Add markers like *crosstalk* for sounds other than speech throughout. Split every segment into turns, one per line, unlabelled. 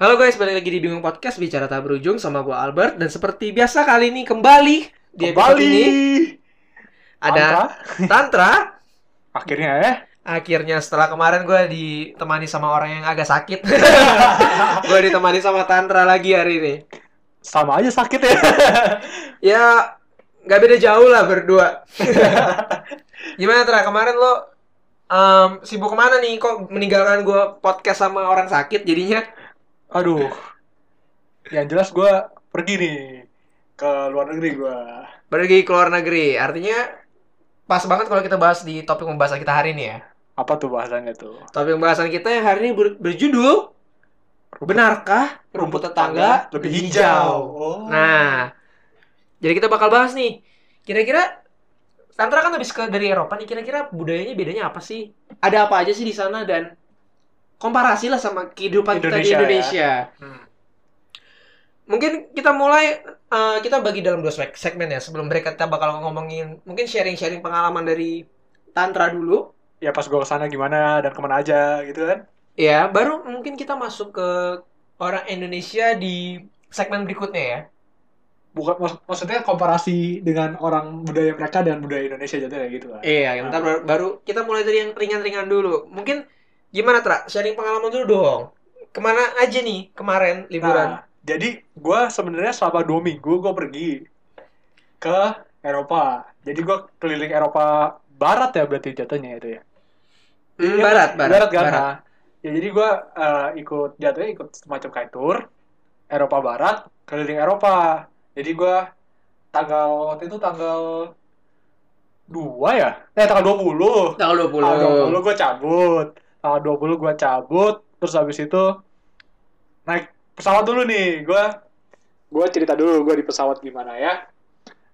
Halo guys, balik lagi di Bingung Podcast Bicara Tak Berujung sama gua Albert dan seperti biasa kali ini kembali di episode
Kembali.
ini ada
Angka,
*laughs* Tantra.
akhirnya ya.
Akhirnya setelah kemarin gua ditemani sama orang yang agak sakit. gua ditemani sama Tantra lagi hari ini.
Sama aja sakit ya. *laughs*
Ya nggak beda jauh lah berdua. Gimana Tantra kemarin lo em, sibuk kemana nih? Kok meninggalkan gua podcast sama orang sakit jadinya?
Aduh. Yang jelas gue pergi nih ke luar negeri gue.
Pergi ke luar negeri. Artinya pas banget kalau kita bahas di topik pembahasan kita hari ini ya.
Apa tuh bahasanya tuh?
Topik pembahasan kita yang hari ini ber- berjudul Benarkah rumput tetangga
lebih hijau. Oh.
Nah, jadi kita bakal bahas nih. Kira-kira Tantra kan habis ke dari Eropa nih, kira-kira budayanya bedanya apa sih? Ada apa aja sih di sana dan komparasi lah sama kehidupan kita di
Indonesia, ya.
Indonesia.
Hmm.
Mungkin kita mulai eh, kita bagi dalam dua seg- segmen ya sebelum mereka kita bakal ngomongin mungkin sharing-sharing pengalaman dari Tantra dulu.
Ya pas gue kesana gimana dan kemana aja gitu kan?
Ya, baru mungkin kita masuk ke orang Indonesia di segmen berikutnya ya.
Bukan mak- maksudnya komparasi dengan orang budaya mereka dan budaya Indonesia jadinya kayak gitu kan?
Iya, kita baru, baru kita mulai dari yang ringan-ringan dulu. Mungkin gimana Tra? Sharing pengalaman dulu dong. Kemana aja nih kemarin liburan?
Nah, jadi gue sebenarnya selama dua minggu gue pergi ke Eropa. Jadi gue keliling Eropa Barat ya berarti jatuhnya itu ya.
Hmm,
Iya,
barat, barat,
kan?
barat.
Nah, Ya jadi gue ikut jatuhnya ikut semacam kayak tour Eropa Barat keliling Eropa. Jadi gue tanggal waktu itu tanggal 2 ya? Eh tanggal 20.
Tanggal 20.
Tanggal 20 gue cabut. Tanggal 20 gue cabut. Terus habis itu naik pesawat dulu nih. Gue gue cerita dulu gue di pesawat gimana ya.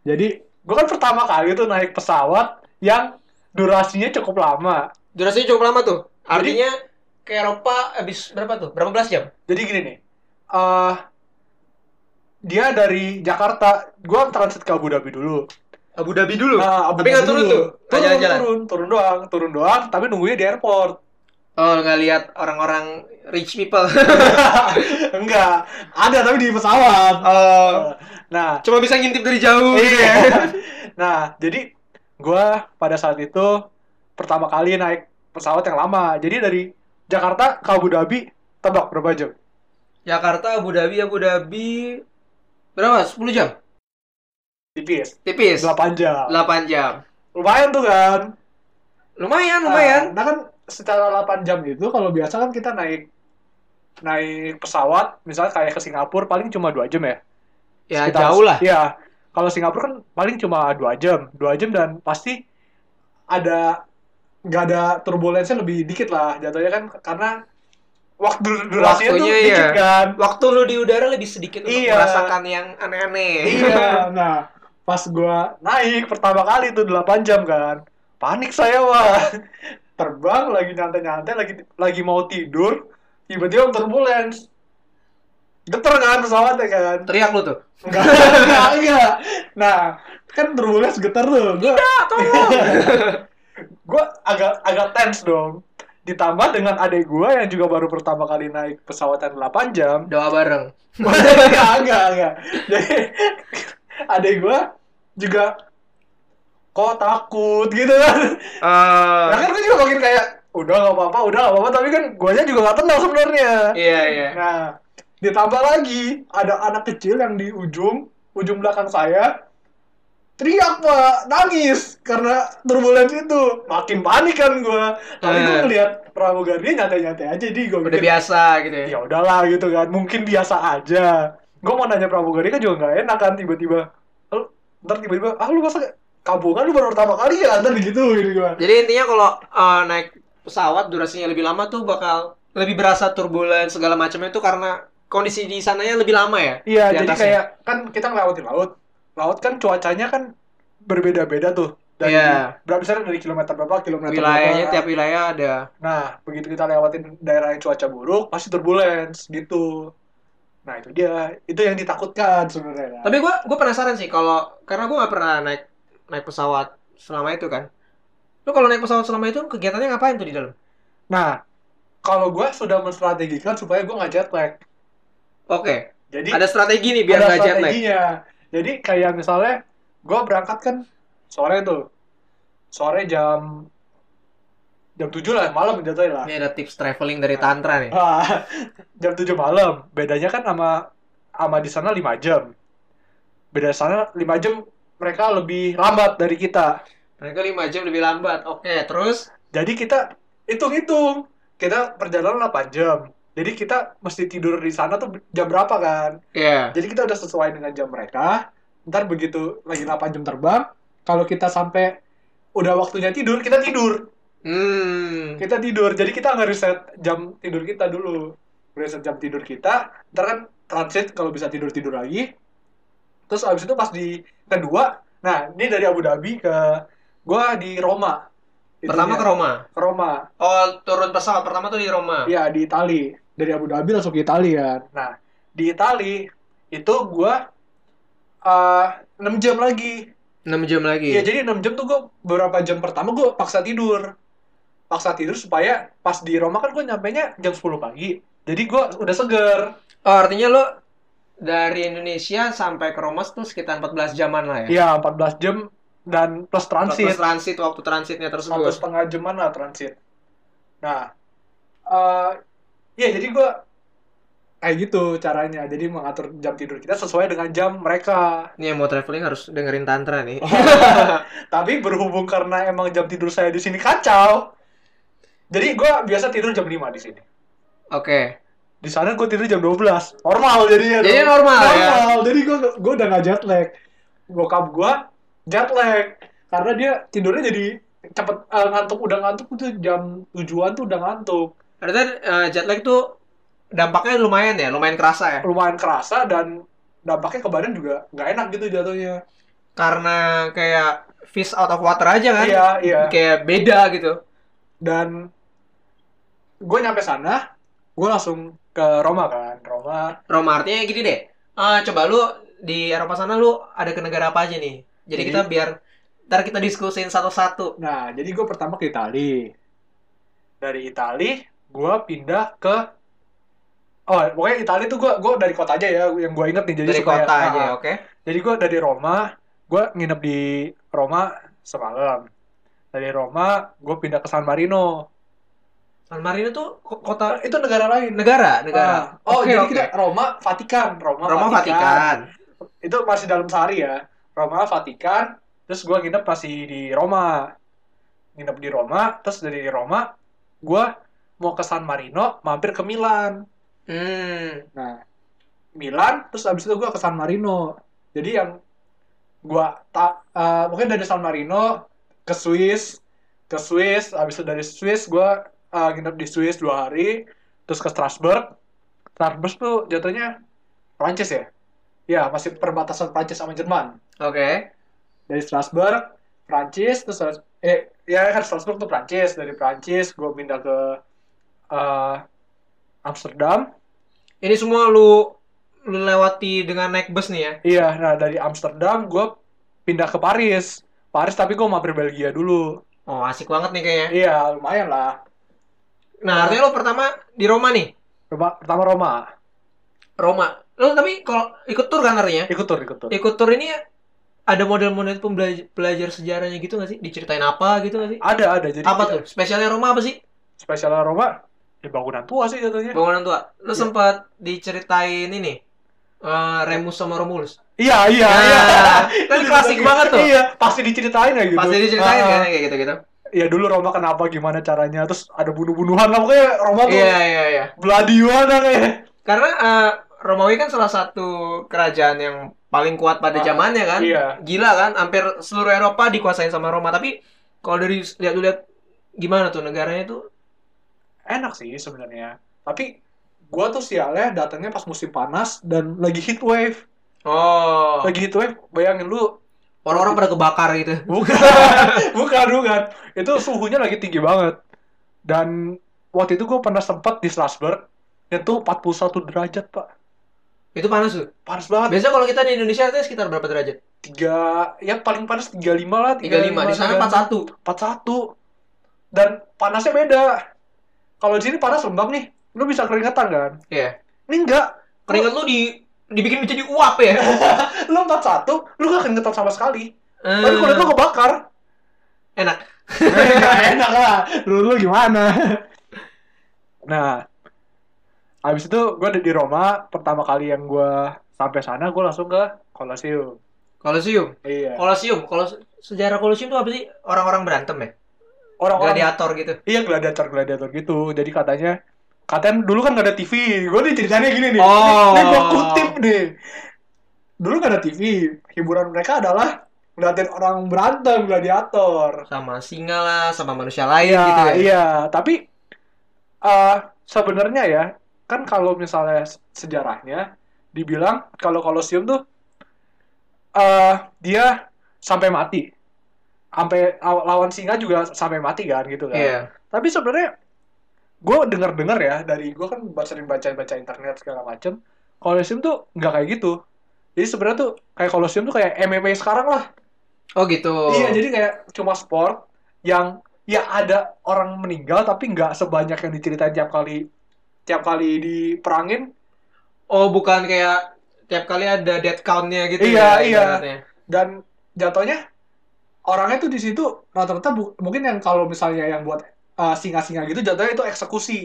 Jadi gue kan pertama kali tuh naik pesawat yang durasinya cukup lama.
Durasinya cukup lama tuh.
Jadi-
Artinya ke Eropa habis berapa tuh? Berapa belas jam?
Jadi gini nih. eh dia dari Jakarta, gue transit ke Abu Dhabi dulu.
Abu Dhabi dulu.
Nah, Abu
Tapi nggak
Dhabi
turun
dulu.
tuh? Nggak
Turun,
jalan-jalan?
turun, turun doang, turun doang. Tapi nunggunya di airport. *laughs*
Oh, nggak lihat orang-orang rich people.
Enggak, ada tapi di pesawat.
Oh,
Nah,
cuma bisa ngintip dari jauh. gitu ya.
iya. nah, jadi gua pada saat itu pertama kali naik pesawat yang lama. Jadi dari Jakarta ke Abu Dhabi, tebak berapa jam?
Jakarta, Abu Dhabi, Abu Dhabi berapa? 10 jam?
Tipis,
Tipis.
8 jam.
8 jam.
Lumayan tuh kan?
Lumayan, lumayan.
Nah, nah kan secara 8 jam itu kalau biasa kan kita naik naik pesawat, misalnya kayak ke Singapura paling cuma 2 jam ya.
ya
Sekitar-
jauh lah.
Iya. Kalau Singapura kan paling cuma 2 jam, 2 jam dan pasti ada nggak ada turbulensinya lebih dikit lah jatuhnya kan karena waktu dur- durasinya
Waktunya,
tuh dikit
iya. *laughs*
kan.
Waktu lu di udara lebih sedikit untuk
Iya.
merasakan yang aneh-aneh.
Iya. Nah, pas gua naik pertama kali tuh 8 jam kan. Panik saya wah. *laughs* Terbang lagi nyantai-nyantai lagi lagi mau tidur, tiba-tiba turbulens. Geter kan pesawatnya kan.
*laughs* Teriak lu tuh.
Enggak, enggak, enggak. Nah, kan turbulens geter tuh. Gua,
Iya. Ah,
gua agak agak tense dong. Ditambah dengan adik gua yang juga baru pertama kali naik pesawat yang 8 jam.
Doa bareng.
enggak, enggak, enggak. Jadi adik gua juga kok takut gitu kan. Nah kan gua juga
gitu.
makin kayak udah nggak apa-apa, udah nggak apa-apa, tapi kan guanya juga nggak tenang sebenarnya.
iya, iya.
Nah, ditambah lagi ada anak kecil yang di ujung ujung belakang saya teriak pak nangis karena turbulensi itu makin panik kan gua tapi gua
Eh.
ngeliat pramugarinya nyantai-nyantai aja di gua
Udah
mikir,
biasa gitu ya.
ya udahlah gitu kan mungkin biasa aja gue mau nanya pramugari kan juga nggak enak kan tiba-tiba "Lu- ntar tiba-tiba ah lu masa kampungan lu baru pertama kali ya ntar gitu gitu gua
Jadi intinya kalau eh, naik pesawat durasinya lebih lama tuh bakal lebih berasa turbulen segala macamnya itu karena kondisi di sananya lebih lama ya.
iya
Di
jadi
atasnya.
kayak kan kita ngelewatin laut laut kan cuacanya kan berbeda-beda tuh dari
Iya.
berapa misalnya dari kilometer berapa kilometer
Wilayahnya
berapa.
tiap wilayah ada.
nah begitu kita lewatin daerah yang cuaca buruk pasti turbulence gitu nah itu dia itu yang ditakutkan sebenarnya
Tapi gua gua penasaran sih kalau karena gua nggak pernah naik naik pesawat selama itu kan. Lu kalau naik pesawat selama itu kegiatannya ngapain tuh di dalam?
Nah, kalau gue sudah menstrategikan supaya gue nggak jet lag.
Oke.
Jadi
Ada strategi nih biar
ada
nggak jet lag.
strateginya. Jadi kayak misalnya gue berangkat kan sore tuh. Sore jam jam 7 lah, malam jatuhnya lah.
Ini ada tips traveling dari Tantra nih.
Ah, jam 7 malam. Bedanya kan sama sama di sana 5 jam. Beda sana 5 jam mereka lebih lambat dari kita.
Mereka 5 jam lebih lambat. Oke, terus
Jadi kita hitung-hitung. Kita perjalanan 8 jam. Jadi kita mesti tidur di sana tuh jam berapa kan?
ya.
Jadi kita udah sesuai dengan jam mereka. Ntar begitu lagi 8 jam terbang, kalau kita sampai udah waktunya tidur, kita tidur.
Hmm.
Kita tidur. Jadi kita nggak reset jam tidur kita dulu. Reset jam tidur kita, ntar kan transit kalau bisa tidur-tidur lagi. Terus abis itu pas di kedua, nah ini dari Abu Dhabi ke gua di Roma.
Pertama ke Roma.
ke Roma.
Oh, turun pesawat pertama tuh di Roma.
Iya di Itali dari Abu Dhabi langsung ke Itali kan. Nah di Itali itu gua eh 6 jam lagi.
6 jam lagi.
Iya jadi 6 jam tuh gua beberapa jam pertama gua paksa tidur, paksa tidur supaya pas di Roma kan gua nyampe nya jam 10 pagi. Jadi gua udah seger.
Oh, artinya lo dari Indonesia sampai ke Roma tuh sekitar 14 jaman lah ya.
Iya 14 jam dan plus transit.
Terus transit waktu transitnya
satu
tersebut.
setengah jaman lah transit. Nah, eh ya jadi gue kayak gitu caranya. Jadi mengatur jam tidur kita sesuai dengan jam *laughs* mereka.
Nih yang mau traveling harus dengerin Tantra nih.
Oh, Tapi berhubung karena emang jam tidur saya di sini kacau, jadi gue biasa tidur jam 5 di sini.
Oke.
Di sana gue tidur jam 12. Normal jadinya.
Jadi
dong.
normal ya?
Normal. Jadi gue gue udah gak jet lag. Bokap gue jet lag karena dia tidurnya jadi cepet eh, ngantuk udah ngantuk tuh jam tujuan tuh udah ngantuk
Artinya eh, jet lag tuh dampaknya lumayan ya, lumayan kerasa ya.
lumayan kerasa dan dampaknya ke badan juga nggak enak gitu jatuhnya
Karena kayak fish out of water aja kan.
iya iya
Kayak beda gitu.
dan gue nyampe sana gue langsung ke Roma kan Roma
Roma artinya gini deh. Eh, coba lu di Eropa sana lu ada ke negara apa aja nih? Jadi
Jadi-
kita biar ntar kita diskusin satu-satu.
nah jadi gue pertama ke Itali dari Itali gue pindah ke oh pokoknya Itali tuh gue gue dari kota aja ya yang gue inget nih jadi
Dari
supaya-
kota aja, ya.
Ah,
oke?
Jadi gue dari Roma, gue nginep di Roma semalam. Dari Roma, gue pindah ke San Marino.
San Marino tuh ko- kota
Eh, Itu negara lain.
negara, negara.
Ah. Oh,
Oke,
jadi
oke.
kita Roma, Vatikan. Roma,
Roma
Vatikan.
Vatikan.
Itu masih dalam sehari ya. Roma, Vatikan. Terus gue nginep masih di Roma. Nginep di Roma. Terus dari Roma, gue mau ke San Marino, mampir ke Milan.
Hmm.
Nah, Milan, terus abis itu gue ke San Marino. Jadi yang gue tak, mungkin dari San Marino ke Swiss, ke Swiss, abis itu dari Swiss gue nginep di Swiss dua hari, terus ke Strasbourg. Strasbourg tuh jatuhnya Prancis ya? Ya, masih perbatasan Prancis sama Jerman.
Oke.
Dari Strasbourg, Prancis, terus eh ya kan Strasbourg tuh Prancis. Dari Prancis gue pindah ke eh, Amsterdam,
Ini semua lu lu lewati dengan naik bus nih ya.
Iya, nah dari Amsterdam gue pindah ke Paris. Paris tapi gue mampir Belgia dulu.
Oh, asik banget nih kayaknya.
Iya, lumayan lah.
Nah, artinya lo pertama di Roma nih.
Roma- pertama Roma.
Roma. Lo tapi kalau ikut tur kan artinya?
Ikut tur, ikut tur.
Ikut tur ini ada model-model pembelajar pelajar sejarahnya gitu gak sih? Diceritain apa gitu gak sih?
Ada, ada. Jadi
apa
kita-
tuh? Spesialnya Roma apa sih?
Spesialnya Roma, ya bangunan tua sih jatuhnya.
Bangunan tua. Lo
Iya.
sempat diceritain ini. eh, Remus sama Romulus.
Iya, iya,
Nah,
iya.
kan klasik banget tuh.
Iya, pasti diceritain ya gitu.
Pasti diceritain
Ah,
kan kayak gitu-gitu.
Iya, dulu Roma kenapa, gimana caranya. Terus ada bunuh-bunuhan lah. Pokoknya Roma tuh
Iya, iya, iya.
bloody banget kayaknya.
Karena eh, Romawi kan salah satu kerajaan yang paling kuat pada
Ah,
zamannya kan.
iya.
Gila kan, hampir seluruh Eropa dikuasain sama Roma. Tapi kalau dari lihat-lihat gimana tuh negaranya tuh?
Enak sih sebenarnya. Tapi gue tuh sialnya datangnya pas musim panas dan lagi heat wave.
Oh,
lagi itu eh bayangin lu
orang-orang pada kebakar gitu.
bukan *laughs* bukan bukan itu suhunya lagi tinggi banget dan waktu itu gue pernah sempat di Strasbourg itu 41 derajat pak
Itu panas tuh.
panas banget
Biasanya kalau kita di Indonesia itu sekitar berapa derajat?
tiga ya paling panas 35 lah
35. Di sana 41.
41 dan panasnya beda kalau di sini panas lembab nih lu bisa keringetan kan
Iya.
ini enggak
Keringat lu di dibikin jadi uap ya.
lu 41, lu gak keringetan sama sekali.
Eh,
Tapi kulit lu kebakar.
enak.
*laughs* Gak enak lah. Lu lu gimana? Nah, habis itu gue di Roma pertama kali yang gue sampai sana gue langsung ke Colosseum.
Kolosium.
Iya.
Kolosium, kolos sejarah Kolosium itu apa sih? Orang-orang berantem ya?
Orang-orang
Gladiator gitu.
iya gladiator gladiator gitu. Jadi katanya katanya dulu kan gak ada TV. Gue nih ceritanya gini nih.
Oh.
Nih gue kutip nih. Dulu gak ada TV. Hiburan mereka adalah ngeliatin orang berantem gladiator.
Sama singa lah, sama manusia lain
Iya,
gitu ya.
iya. Tapi eh sebenarnya ya, kan kalau misalnya se- sejarahnya dibilang kalau Kolosium tuh eh dia sampai mati. Sampai aw- lawan singa juga sampai mati kan gitu kan.
Iya.
Tapi sebenarnya gue denger-dengar ya dari gue kan ba- sering baca-baca internet segala macem Kolosium tuh nggak kayak gitu. Jadi sebenarnya tuh kayak Kolosium tuh kayak MMA sekarang lah.
Oh gitu.
Iya, jadi kayak cuma sport yang ya ada orang meninggal tapi nggak sebanyak yang diceritain tiap kali tiap kali diperangin.
Oh bukan kayak tiap kali ada dead count-nya gitu
Iya,
ya,
iya.
ibaratnya.
dan jatuhnya orangnya tuh di situ rata-rata bu- mungkin yang kalau misalnya yang buat uh, singa-singa gitu jatuhnya itu eksekusi.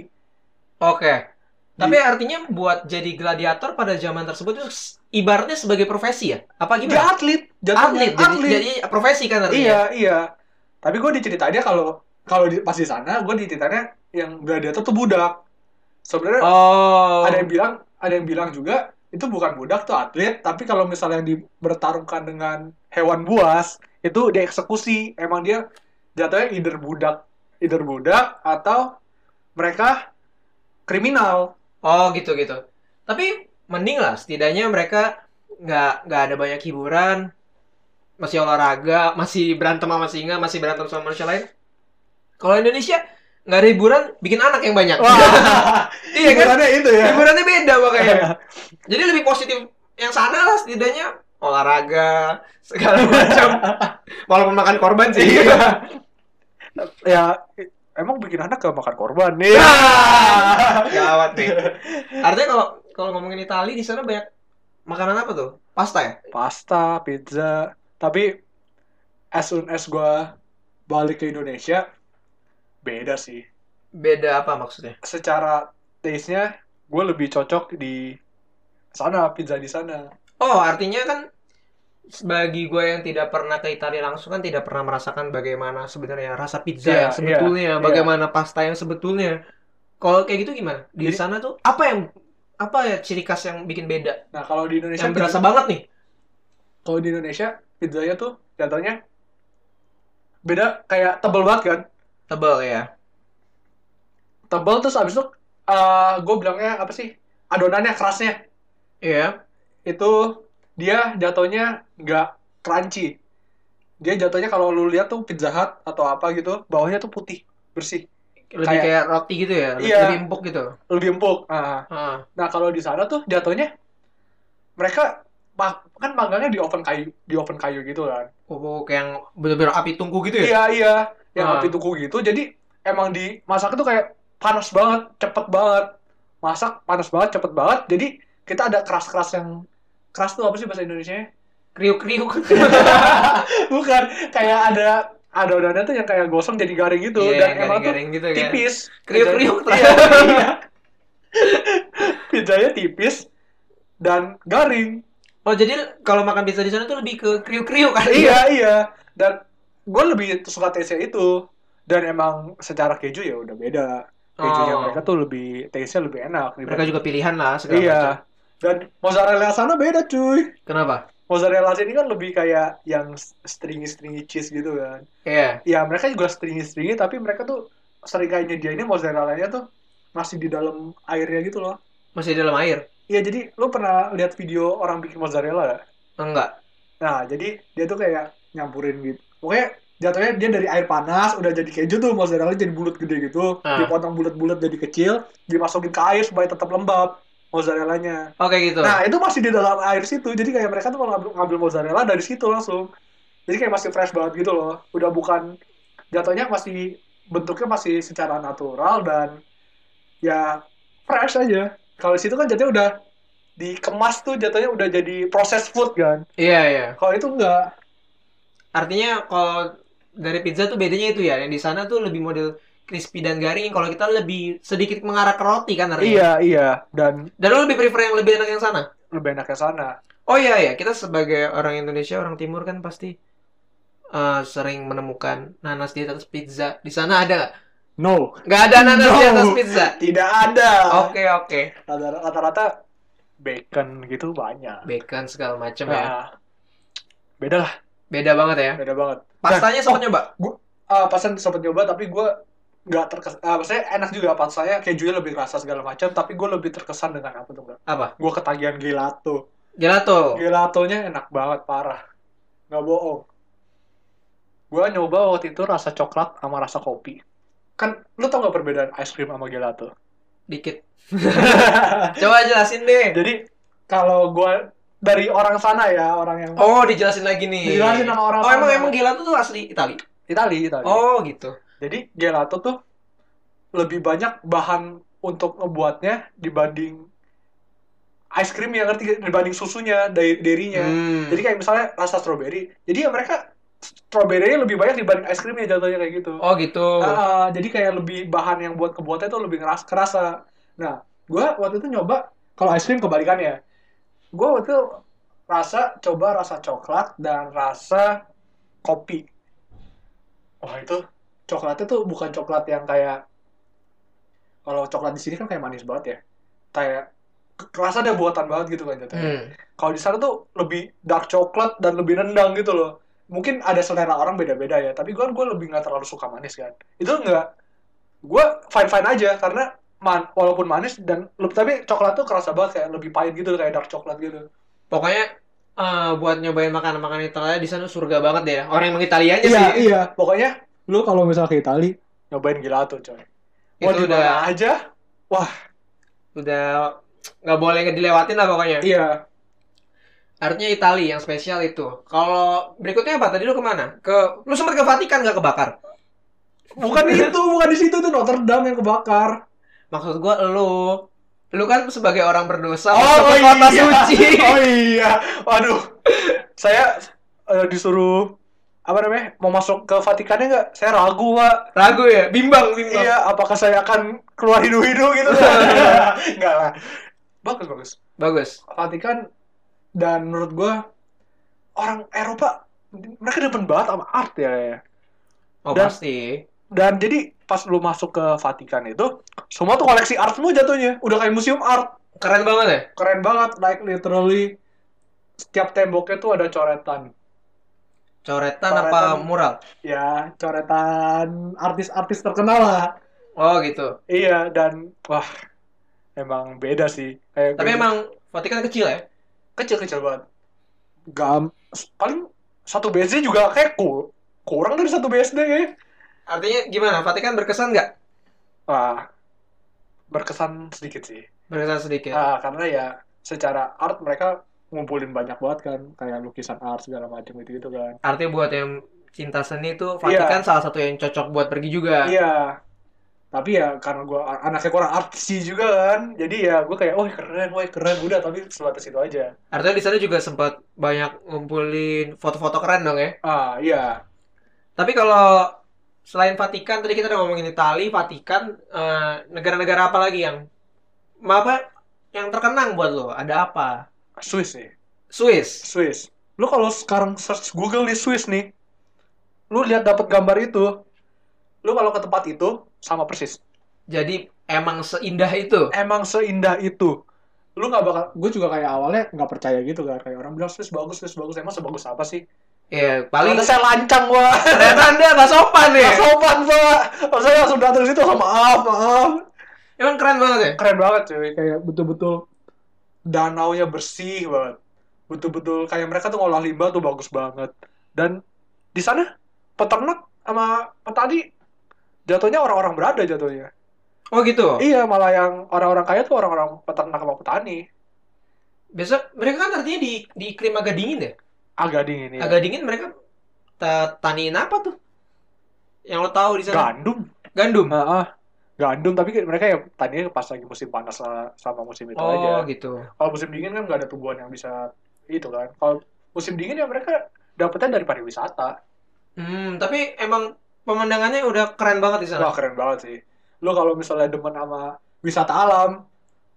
Oke. Tapi artinya buat jadi gladiator pada zaman tersebut itu s- ibaratnya sebagai profesi ya? Apa
Dia
gimana?
atlet,
atlet,
jatuhnya Ya, atlet.
jadi, jadi profesi kan
iya,
artinya.
iya. Tapi gue diceritainnya kalau kalau di, pas di sana gue diceritainnya yang gladiator tuh budak. Sebenarnya
Oh.
ada yang bilang ada yang bilang juga itu bukan budak tuh atlet tapi kalau misalnya yang dipertarungkan dengan hewan buas itu dieksekusi emang dia jatuhnya either budak either budak atau mereka kriminal
Oh gitu gitu. Tapi mending lah setidaknya mereka nggak nggak ada banyak hiburan, masih olahraga, masih berantem sama singa, masih berantem sama manusia lain. Kalau Indonesia nggak ada hiburan, bikin anak yang banyak. *laughs*
*laughs*
iya kan?
hiburannya itu ya
Hiburannya beda
*laughs*
makanya. Jadi lebih positif yang sana lah setidaknya olahraga segala macam. Walaupun makan korban sih.
Iya.
*laughs*
ya emang bikin anak gak makan korban Iya. nih
Gawat nih. Artinya kalau kalau ngomongin Italia di sana banyak makanan apa tuh? Pasta ya?
*laughs* pasta, pizza. Tapi as soon as gue balik ke Indonesia, beda sih.
Beda apa maksudnya?
Secara taste-nya, gue lebih cocok di sana, pizza di sana.
Oh, artinya kan bagi gue yang tidak pernah ke Italia langsung kan tidak pernah merasakan bagaimana sebenarnya rasa pizza
Iya,
yang sebetulnya,
iya,
bagaimana pasta yang sebetulnya. Kalau kayak gitu gimana? Di
Jadi-
sana tuh apa yang apa ya ciri khas yang bikin beda?
Nah, kalau di Indonesia,
Yang berasa banget nih.
kalau di Indonesia, pizzanya tuh jatuhnya beda kayak tebel banget kan.
Tebal ya.
Tebel terus abis itu, gue bilangnya apa sih? Adonannya, kerasnya.
Iya.
Itu dia jatuhnya nggak crunchy. Dia jatuhnya kalau lu lihat tuh pizza hut atau apa gitu, bawahnya tuh putih, bersih.
Lebih
Kayak-
kayak, roti gitu ya, lebih,
Iya.
lebih empuk gitu.
Lebih empuk. Ah.
Ah.
Nah kalau di sana tuh jatuhnya mereka ma- kan magangnya di oven kayu di oven kayu gitu kan.
Oh, kayak yang bener-bener api tungku gitu ya.
Iya iya yang
Ah.
api tungku gitu. Jadi emang di masak itu kayak panas banget, cepet banget. Masak panas banget, cepet banget. Jadi kita ada keras-keras yang keras tuh apa sih bahasa Indonesia?
Kriuk-kriuk.
*laughs* Iya,
Iya,
Bukan kayak ada ada adonannya tuh yang kayak gosong jadi garing gitu
Iya,
dan
yang
emang tuh
garing-garing gitu kan.
tipis.
Kriuk-kriuk.
Iya, iya. *laughs* Pizzanya tipis dan garing.
Oh, jadi kalau makan pizza di sana tuh lebih ke kriuk-kriuk kan? *laughs*
iya iya dan gue lebih suka taste itu dan emang secara keju ya udah beda kejunya
Oh.
Iya, mereka tuh lebih taste nya lebih enak
Mereka juga pilihan lah segala
iya
macam.
dan mozzarella sana beda cuy
Kenapa?
mozzarella sini kan lebih kayak yang stringy stringy cheese gitu kan
Iya.
ya mereka juga stringy stringy tapi mereka tuh sering kayak nyediainnya mozzarella nya tuh masih di dalam airnya gitu loh
Masih dalam air?
Iya jadi lu pernah lihat video orang bikin mozzarella nggak?
Enggak.
Nah, jadi dia tuh kayak nyampurin gitu. Pokoknya jatuhnya dia dari air panas udah jadi keju tuh mozzarella jadi bulat gede gitu.
Ah.
Dipotong bulat-bulat jadi kecil, dimasukin ke air supaya tetap lembab mozzarellanya.
Oke gitu.
Nah, itu masih di dalam air situ. Jadi kayak mereka tuh kalau ngambil, ngambil mozzarella dari situ langsung. Jadi kayak masih fresh banget gitu loh. Udah bukan jatuhnya masih bentuknya masih secara natural dan ya fresh aja. Kalau di situ kan jatuhnya udah dikemas tuh jatuhnya udah jadi proses food kan.
Iya iya.
Kalau itu enggak.
Artinya kalau dari pizza tuh bedanya itu ya. Yang di sana tuh lebih model crispy dan garing. Kalau kita lebih sedikit mengarah ke roti kan artinya.
Iya, iya. Dan
Dan lo lebih prefer yang lebih enak yang sana.
lebih enak ke sana.
Oh iya iya, kita sebagai orang Indonesia, orang Timur kan pasti eh, sering menemukan nanas di atas pizza. Di sana ada nggak?
No, Oh.
Nggak ada nanas di
No.
atas pizza.
tidak ada.
Oke oke.
Rata- Rata-rata bacon gitu banyak.
Bacon segala macam ya.
Nah, beda lah,
Beda banget ya.
beda banget.
Pastanya
oh,
sempat nyoba.
Ah, pasan sempat nyoba tapi gue nggak terkesan. ah, maksudnya enak juga pastanya, kejunya lebih kerasa segala macam. Tapi gue lebih terkesan dengan apa tuh nggak?
Apa? Oh.
Gue ketagihan gelato.
Gelato.
Gelatonya enak banget parah. Nggak bohong. Gue nyoba waktu itu rasa coklat sama rasa kopi. Kan lu tau nggak perbedaan ice cream sama
*laughs*
gelato?
Dikit. Coba jelasin deh.
Jadi kalau gue dari orang sana ya orang yang
Oh, dijelasin lagi nih.
Dijelasin sama orang
Oh, emang
sana.
emang gelato tuh asli Itali.
Itali, Itali.
Oh, gitu.
Jadi gelato tuh lebih banyak bahan untuk ngebuatnya dibanding ice cream yang ngerti nggak? dibanding susunya dari dairynya.
Hmm.
Iya. Jadi kayak misalnya rasa strawberry. Jadi ya mereka strawberry-nya lebih banyak dibanding ice creamnya jatuhnya kayak gitu.
Oh, gitu.
Ah, ah, jadi kayak lebih bahan yang buat kebuatnya tuh lebih ngeras kerasa. Nah, gue waktu itu nyoba kalau ice cream kebalikannya. Gue ya. waktu itu rasa coba rasa coklat dan rasa kopi. Wah itu coklatnya tuh bukan coklat yang kayak kalau coklat di sini kan kayak manis banget ya. Kayak kerasa ada buatan banget gitu kan jatuhnya
Hmm.
kalau di sana tuh lebih dark coklat dan lebih nendang gitu loh mungkin ada selera orang beda-beda ya tapi gue gue lebih nggak terlalu suka manis kan itu enggak gue fine fine aja karena man- walaupun manis dan lebih tapi coklat tuh kerasa banget kayak lebih pahit gitu kayak dark coklat gitu
Pokoknya eh, buat nyobain makanan-makanan Italia di sana surga banget deh. Orang yang mengitaliannya sih.
iya pokoknya lu kalau misal ke Itali nyobain gelato coy Wah,
Itu
di
udah
mana aja
udah nggak boleh dilewatin lah pokoknya.
iya
Artinya Italia yang spesial itu. Kalau berikutnya apa? Tadi lu kemana? Ke lu sempat ke Vatikan nggak kebakar?
bukan di situ bukan di situ tuh Notre Dame yang kebakar
Maksud gua lu lu kan sebagai orang berdosa masuk ke kota suci.
*laughs* Oh iya. Waduh. Saya eh, disuruh apa namanya? Mau masuk ke Vatikannya nggak? Saya ragu, Pak.
Ragu ya? Bimbang, bimbang.
Iya, apakah saya akan keluar hidup-hidup gitu? *laughs* Enggak lah. Bagus, bagus.
Bagus.
Vatikan dan menurut gua orang Eropa mereka demen banget sama art ya. ya.
Oh,
Dan-
pasti.
Dan jadi pas lu masuk ke Vatikan itu, semua tuh koleksi artmu jatuhnya. Udah kayak museum art.
Keren banget ya?
keren banget like literally setiap temboknya tuh ada coretan
Coretan
Coretan.
apa mural?
ya coretan artis-artis terkenal lah
Oh, gitu.
iya dan wah emang beda sih Kayak
Tapi
beda.
emang Vatikan kecil ya?
kecil-kecil banget gam paling satu BSD juga kayak ku- kurang dari satu BSD ya
Artinya gimana? Vatikan berkesan nggak?
wah berkesan sedikit sih
Berkesan sedikit.
Ah, karena ya secara art mereka ngumpulin banyak banget kan kayak lukisan art segala macam gitu gitu kan
Artinya buat yang cinta seni itu Vatikan salah satu yang cocok buat pergi juga.
Iya. Tapi ya karena gue anaknya kurang artsy juga kan. Jadi ya gue kayak, oh keren, woi keren. Udah tapi sebatas itu aja.
Artinya di sana juga sempat banyak ngumpulin foto-foto keren dong ya.
Ah iya.
Tapi kalau selain Vatikan tadi kita udah ngomongin Itali, Vatikan eh, negara-negara apa lagi yang apa yang terkenang buat lo? Ada apa?
Swiss nih.
Swiss.
Swiss. Lu kalau sekarang search Google di Swiss nih, lu lihat dapat gambar itu. Lu kalau ke tempat itu sama persis.
Jadi emang seindah itu.
Emang seindah itu. Lu nggak bakal, gue juga kayak awalnya nggak percaya gitu kan. Kayak orang bilang Swiss bagus, Swiss bagus. Emang sebagus apa sih?
Ya
Paling
paling
Iya. saya lancang gua.
ternyata anda nggak sopan ya.
Nggak sopan pak. Maksudnya langsung datang situ, "Oh, maaf, maaf.
Emang keren banget ya.
keren banget cuy kayak betul-betul danaunya bersih banget betul-betul kayak mereka tuh ngolah limbah tuh bagus banget dan di sana peternak sama petani jatuhnya orang-orang berada jatuhnya
Oh gitu.
iya malah yang orang-orang kaya tuh orang-orang peternak sama petani
Biasa mereka kan artinya di di iklim agak dingin ya.
agak dingin ya
Agak dingin mereka ta- taniin apa tuh? Yang lo tahu di sana?
gandum
Gandum.
Heeh. gandum tapi mereka ya tadinya pas lagi musim panas lah, sama musim itu
oh
aja
gitu
kalau musim dingin kan nggak ada tumbuhan yang bisa itu kan kalau musim dingin ya mereka dapetnya dari pariwisata
hmm tapi emang pemandangannya udah keren banget di sana
wah keren banget sih lu kalau misalnya demen sama wisata alam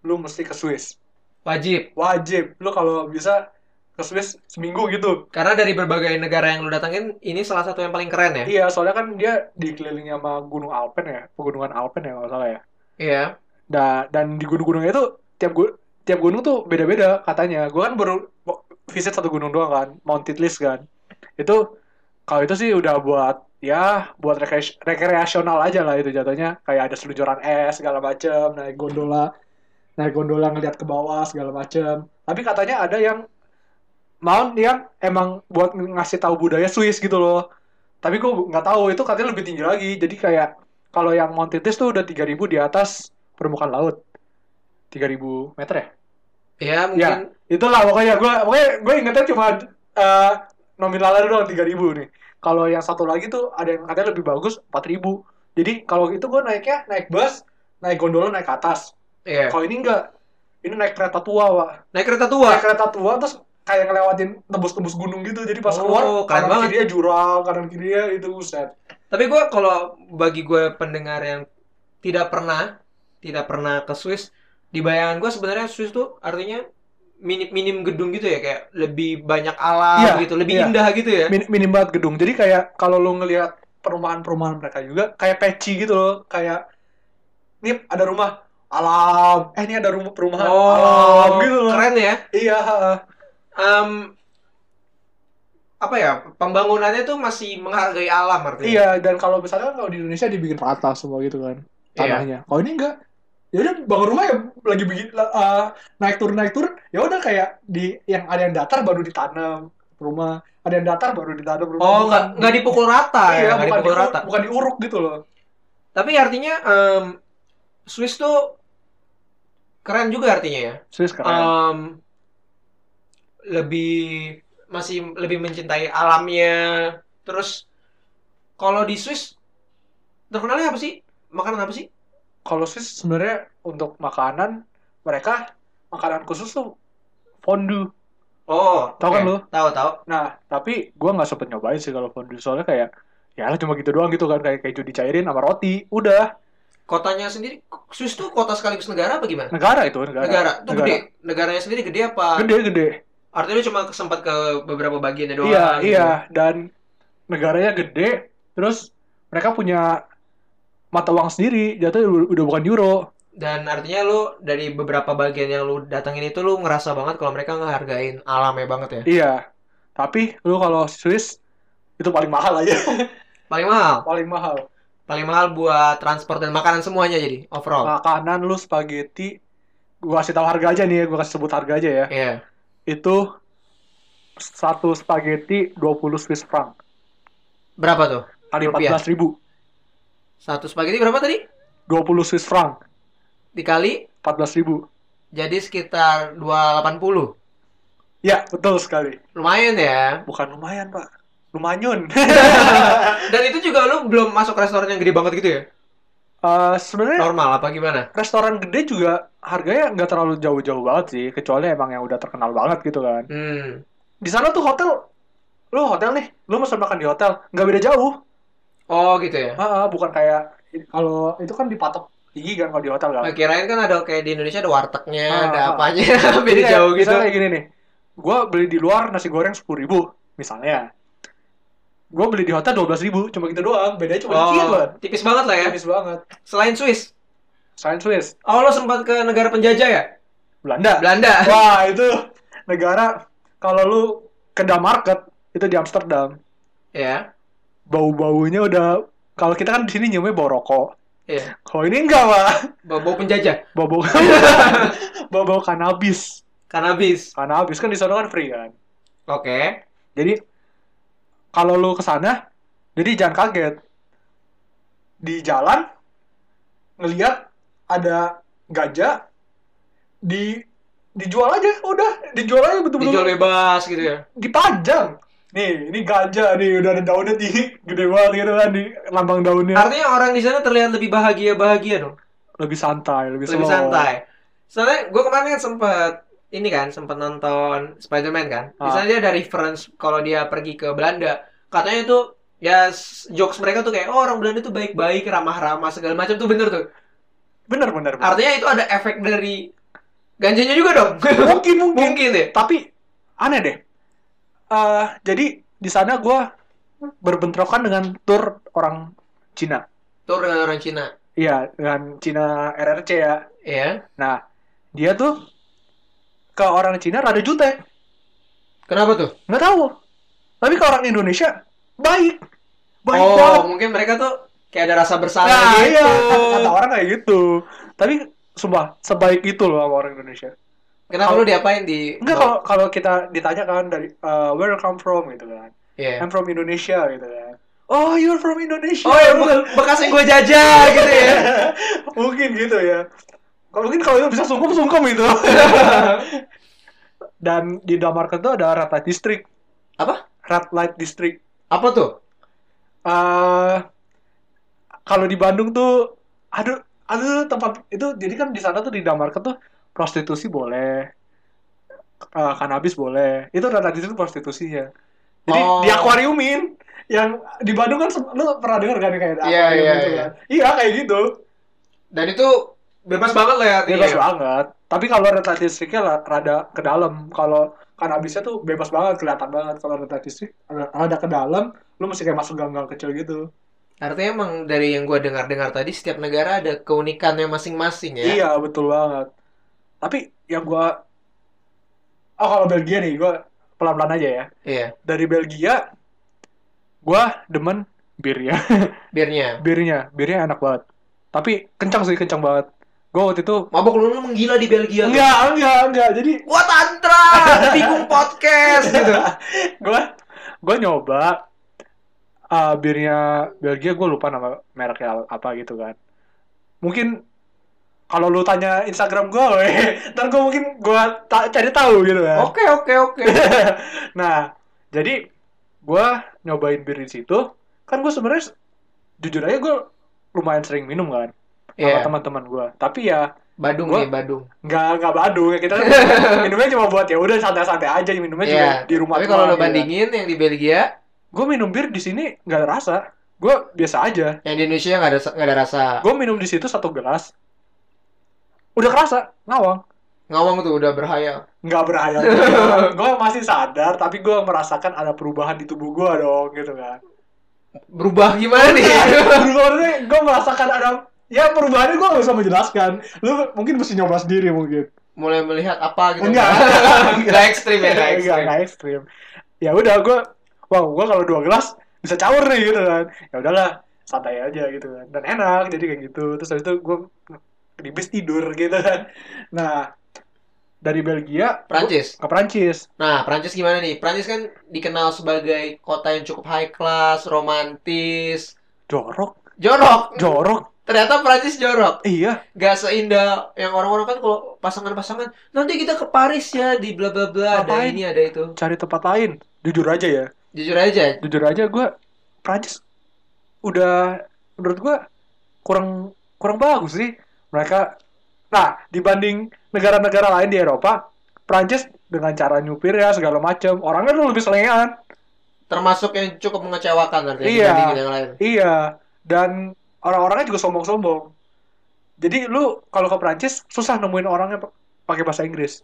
lu mesti ke Swiss
wajib
wajib lu kalau bisa ke Swiss seminggu gitu
karena dari berbagai negara yang lu datangin ini salah satu yang paling keren ya
iya soalnya kan dia dikelilingi sama gunung Alpen ya pegunungan Alpen ya kalau nggak salah ya
iya
Nah, dan di gunung-gunungnya itu tiap gu- tiap gunung tuh beda-beda katanya. Gue kan baru mo- visit satu gunung doang kan, Mount Titlis kan. Itu kalau itu sih udah buat ya buat rekre- rekreasional aja lah itu jatuhnya. Kayak ada seluncuran es segala macem, naik gondola, naik gondola ngeliat ke bawah segala macem. Tapi katanya ada yang mount yang emang buat ngasih tahu budaya Swiss gitu loh. Tapi gue nggak tahu itu katanya lebih tinggi lagi. Jadi kayak kalau yang Mount Titlis tuh udah 3000 di atas permukaan laut 3000 meter ya
iya mungkin
itulah pokoknya gue pokoknya gue ingetnya cuma eh, nominalnya doang 3000 nih kalau yang satu lagi tuh ada yang katanya lebih bagus 4000 jadi kalau itu gue naiknya naik bus naik gondola naik ke atas
iya
kalau ini enggak ini naik kereta tua pak
naik kereta
naik
tua
kereta tua terus kayak ngelewatin tebus-tebus gunung gitu jadi pas
Oh,
keluar
keren
kanan
banget.
kirinya jurang kanan kirinya itu set
tapi gue kalau bagi gue pendengar yang tidak pernah tidak pernah ke Swiss di bayangan gue sebenarnya Swiss tuh artinya minim minim gedung gitu ya kayak lebih banyak alam
Iya,
gitu lebih
iya.
indah gitu ya
Min- minim banget gedung. Jadi kayak kalau lu ngelihat perumahan-perumahan mereka juga kayak peci gitu loh, kayak ini ada rumah alam, eh ini ada rumah perumahan alam gitu loh.
Oh. keren ya
Iya, ha-ha.
Em, apa ya pembangunannya tuh masih menghargai alam artinya
iya. Dan kalau misalnya kalau di Indonesia dibikin rata semua gitu kan
Iya.
tanahnya. Kalau ini enggak, ya udah bangun rumah ya lagi bikin eh, naik turun naik turun, ya udah kayak di yang ada yang datar baru ditanam rumah, ada yang datar baru ditanam rumah.
oh
Bukan-
nggak nggak dipukul rata ya
Iya,
nggak
bukan,
dipukul
diuruk-
rata
bukan diuruk gitu loh.
tapi artinya em, Swiss tuh keren juga artinya ya
Serius
Em, lebih masih lebih mencintai alamnya terus kalau di Swiss terkenalnya apa sih makanan apa sih
kalau sih sebenarnya untuk makanan mereka makanan khusus tuh fondue.
oh
Tahu kan
oke.
lu?
tahu tahu
Nah, tapi gua nggak sempet nyobain sih kalau fondue soalnya kayak ya lah cuma gitu doang gitu kan kayak keju dicairin sama roti, udah.
kotanya sendiri Swiss tuh kota sekaligus negara apa gimana
Negara itu negara.
negara tuh
Negara.
gede negaranya sendiri gede apa
Gede gede.
artinya lu cuma sempat ke beberapa bagiannya doang
Iya,
gitu.
iya dan negaranya gede terus mereka punya mata uang sendiri jatuhnya udah udah bukan euro.
dan artinya lu dari beberapa bagian yang lu datangin itu lu ngerasa banget kalau mereka ngehargain alamnya banget ya
Iya. Tapi lu kalau Swiss itu paling mahal aja.
paling mahal
paling mahal.
paling mahal buat transport dan makanan semuanya jadi overall
makanan lu spaghetti gua kasih tahu harga aja nih ya, gua kasih sebut harga aja ya
Iya.
itu satu spaghetti 20 Swiss franc
berapa tuh
kali
Rupiah.
14 ribu
satu spaghetti berapa tadi
20 Swiss franc
dikali
14 ribu
jadi sekitar 280
ya betul sekali
lumayan ya
bukan lumayan pak *laughs* lumayun
dan itu juga lu belum masuk restoran yang gede banget gitu ya
Eh, sebenarnya
normal apa gimana
restoran gede juga harganya nggak terlalu jauh-jauh banget sih kecuali emang yang udah terkenal banget gitu kan
hmm
di sana tuh hotel lu hotel nih lu mesen makan di hotel nggak beda jauh
oh gitu ya
Ah, ah, bukan kayak kalau itu kan dipatok tinggi kan kalau di hotel kan.
Nah, kirain kan ada kayak di Indonesia ada wartegnya
Ah,
ada
ah.
apanya *laughs*
Jadi
beda
kayak-
jauh gitu
Misalnya kayak gini nih. Gua beli di luar nasi goreng 10.000 misalnya. Gua beli di hotel 12.000 cuma gitu doang. Bedanya cuma dikit
oh
kan.
tipis banget lah ya
Tipis banget.
selain Swiss
Science Swiss,
oh lo sempat ke negara penjajah ya
Belanda.
Belanda
Wah, itu negara kalau lu ke The Market itu di Amsterdam,
ya
bau-baunya udah kalau kita kan di sini nyiumnya bau rokok.
ya
Kalau ini enggak, Pak.
bau penjajah
Bau-bau
*laughs*
*laughs* bau-bau kanabis.
kanabis
Kanabis kan di sana kan free kan.
oke
Jadi kalau lu ke sana, jadi jangan kaget. Di jalan ngelihat ada gajah di dijual aja, udah dijual aja betul-betul
dijual bebas gitu ya
dipajang. Nih, ini ganja nih, udah ada daunnya nih, *laughs* gede banget gitu kan di lambang daunnya.
Artinya orang di sana terlihat lebih bahagia-bahagia dong.
Lebih santai, lebih,
Lebih
slow.
santai. Soalnya gue kemarin kan sempet ini kan sempet nonton Spider-Man kan. Di sana dia ada reference kalau dia pergi ke Belanda. Katanya itu ya s- jokes mereka tuh kayak oh orang Belanda tuh baik-baik, ramah-ramah segala macam tuh bener tuh.
Bener, bener. bener.
Artinya itu ada efek dari ganjanya juga dong.
Mungkin, mungkin.
Mungkin ya.
Tapi aneh deh. Eh, jadi di sana gua berbentrokan dengan tur orang Cina.
Tur dengan orang Cina.
Iya, dengan Cina RRC ya.
Ya.
Nah, dia tuh ke orang Cina rada jutek.
Kenapa tuh?
Nggak tahu. Tapi ke orang Indonesia, baik. Baik
oh,
banget.
mungkin mereka tuh kayak ada rasa bersalah
Nah,
gitu.
iya. Kata, kata orang kayak gitu. Tapi, sumpah, sebaik itu loh sama orang Indonesia.
Kenapa
Kalau-
lu diapain di
Enggak, kalau kalau kita ditanya kan dari, eh, where you come from gitu kan.
Iya.
I'm from Indonesia gitu kan. Oh, you're from Indonesia.
Oh, ya, be- bekas yang gue jajah gitu ya.
*laughs* mungkin gitu ya kalau mungkin kalau itu bisa sungkem sungkem
*laughs*
itu dan di Damarken itu ada red light district
Apa?
red light district
Apa tuh?
Eh, kalau di Bandung tuh aduh aduh tempat itu jadi kan di sana tuh di Damarken tuh prostitusi boleh eh, kanabis boleh itu red light district prostitusinya jadi
Oh.
di akuariumin yang di Bandung kan sem- lu pernah dengar kan kayak ada
Iya,
akuarium
iya,
gitu
iya.
kan? iya kayak gitu
Dan itu bebas banget lah ya.
bebas
artinya.
banget tapi kalau red light districtnya la- rada ke dalam kalau kanabisnya tuh bebas banget kelihatan banget kalau red light district rada rada ke dalam lu mesti kayak masuk gang-gang kecil gitu
Artinya emang dari yang gue dengar-dengar tadi setiap negara ada keunikannya masing-masing ya.
iya betul banget tapi yang gua oh kalau Belgia nih gua pelan-pelan aja ya
Iya.
dari Belgia gua demen birnya *laughs*
Birnya.
birnya birnya enak banget tapi kencang sih kencang banget gua waktu itu
Mabok lu lu menggila di Belgia. tuh.
enggak enggak enggak jadi
Gua tantra, bingung podcast
*laughs*
gitu.
gue gue nyoba uh, birnya Belgia gue lupa nama mereknya apa gitu kan mungkin kalau lu tanya Instagram gue, *laughs* ntar gue mungkin gue cari tahu gitu kan.
Oke oke oke.
nah, jadi gue nyobain bir di situ, kan gue sebenarnya s- jujur aja gue lumayan sering minum kan
Iya.
sama teman-teman gue. Tapi ya
Badung
Gua-
nih Badung.
nggak nggak badu ya
*laughs*
kita kan minumnya cuma buat ya udah santai-santai aja minumnya cuma
Iya.
di rumah
Tapi kalau lo
doang gitu kan.
bandingin yang di Belgia,
gue minum bir di sini nggak ada rasa gue biasa aja
yang di Indonesia nggak ada nggak ada rasa.
gue minum di situ satu gelas udah kerasa ngawang
Ngawang tuh udah berhayal.
nggak berhayal gue masih sadar tapi gue merasakan ada perubahan di tubuh gue dong gitu kan
Berubah gimana nih?
*laughs* perubahannya gue merasakan ada ya perubahannya gue nggak bisa menjelaskan lu mungkin mesti nyoba sendiri mungkin
Mulai melihat apa gitu? *laughs*
Enggak.
Nggak ekstrim ya, nggak
Enggak,
ekstrim.
Iya, nggak ekstrim. Ya udah gue, wow gue kalau dua gelas bisa caur nih gitu kan. Ya udahlah santai aja gitu kan. Dan enak jadi kayak gitu. Terus habis itu gue di bis tidur gitu kan. Nah dari Belgia gua-
Prancis.
ke Prancis.
Nah, Prancis gimana nih? Prancis kan dikenal sebagai kota yang cukup high class, romantis,
Jorok,
jorok.
jorok.
Ternyata Prancis jorok.
Iya,
Gak seindah yang orang-orang kan kalau pasangan-pasangan, nanti kita ke Paris ya di bla bla bla, ada
Ngapain?
ini ada itu.
cari tempat lain. Jujur aja ya.
Jujur aja,
Jujur aja gue Prancis udah menurut gue kurang kurang bagus sih mereka. Nah dibanding negara-negara lain di Eropa, Prancis dengan cara nyupir ya segala macem orangnya tuh lebih selengean.
termasuk yang cukup mengecewakan artinya
Iya.
dibandingin yang lain.
Iya dan orang-orangnya juga sombong-sombong. Jadi lu kalau ke Prancis susah nemuin orangnya pa- pakai bahasa Inggris.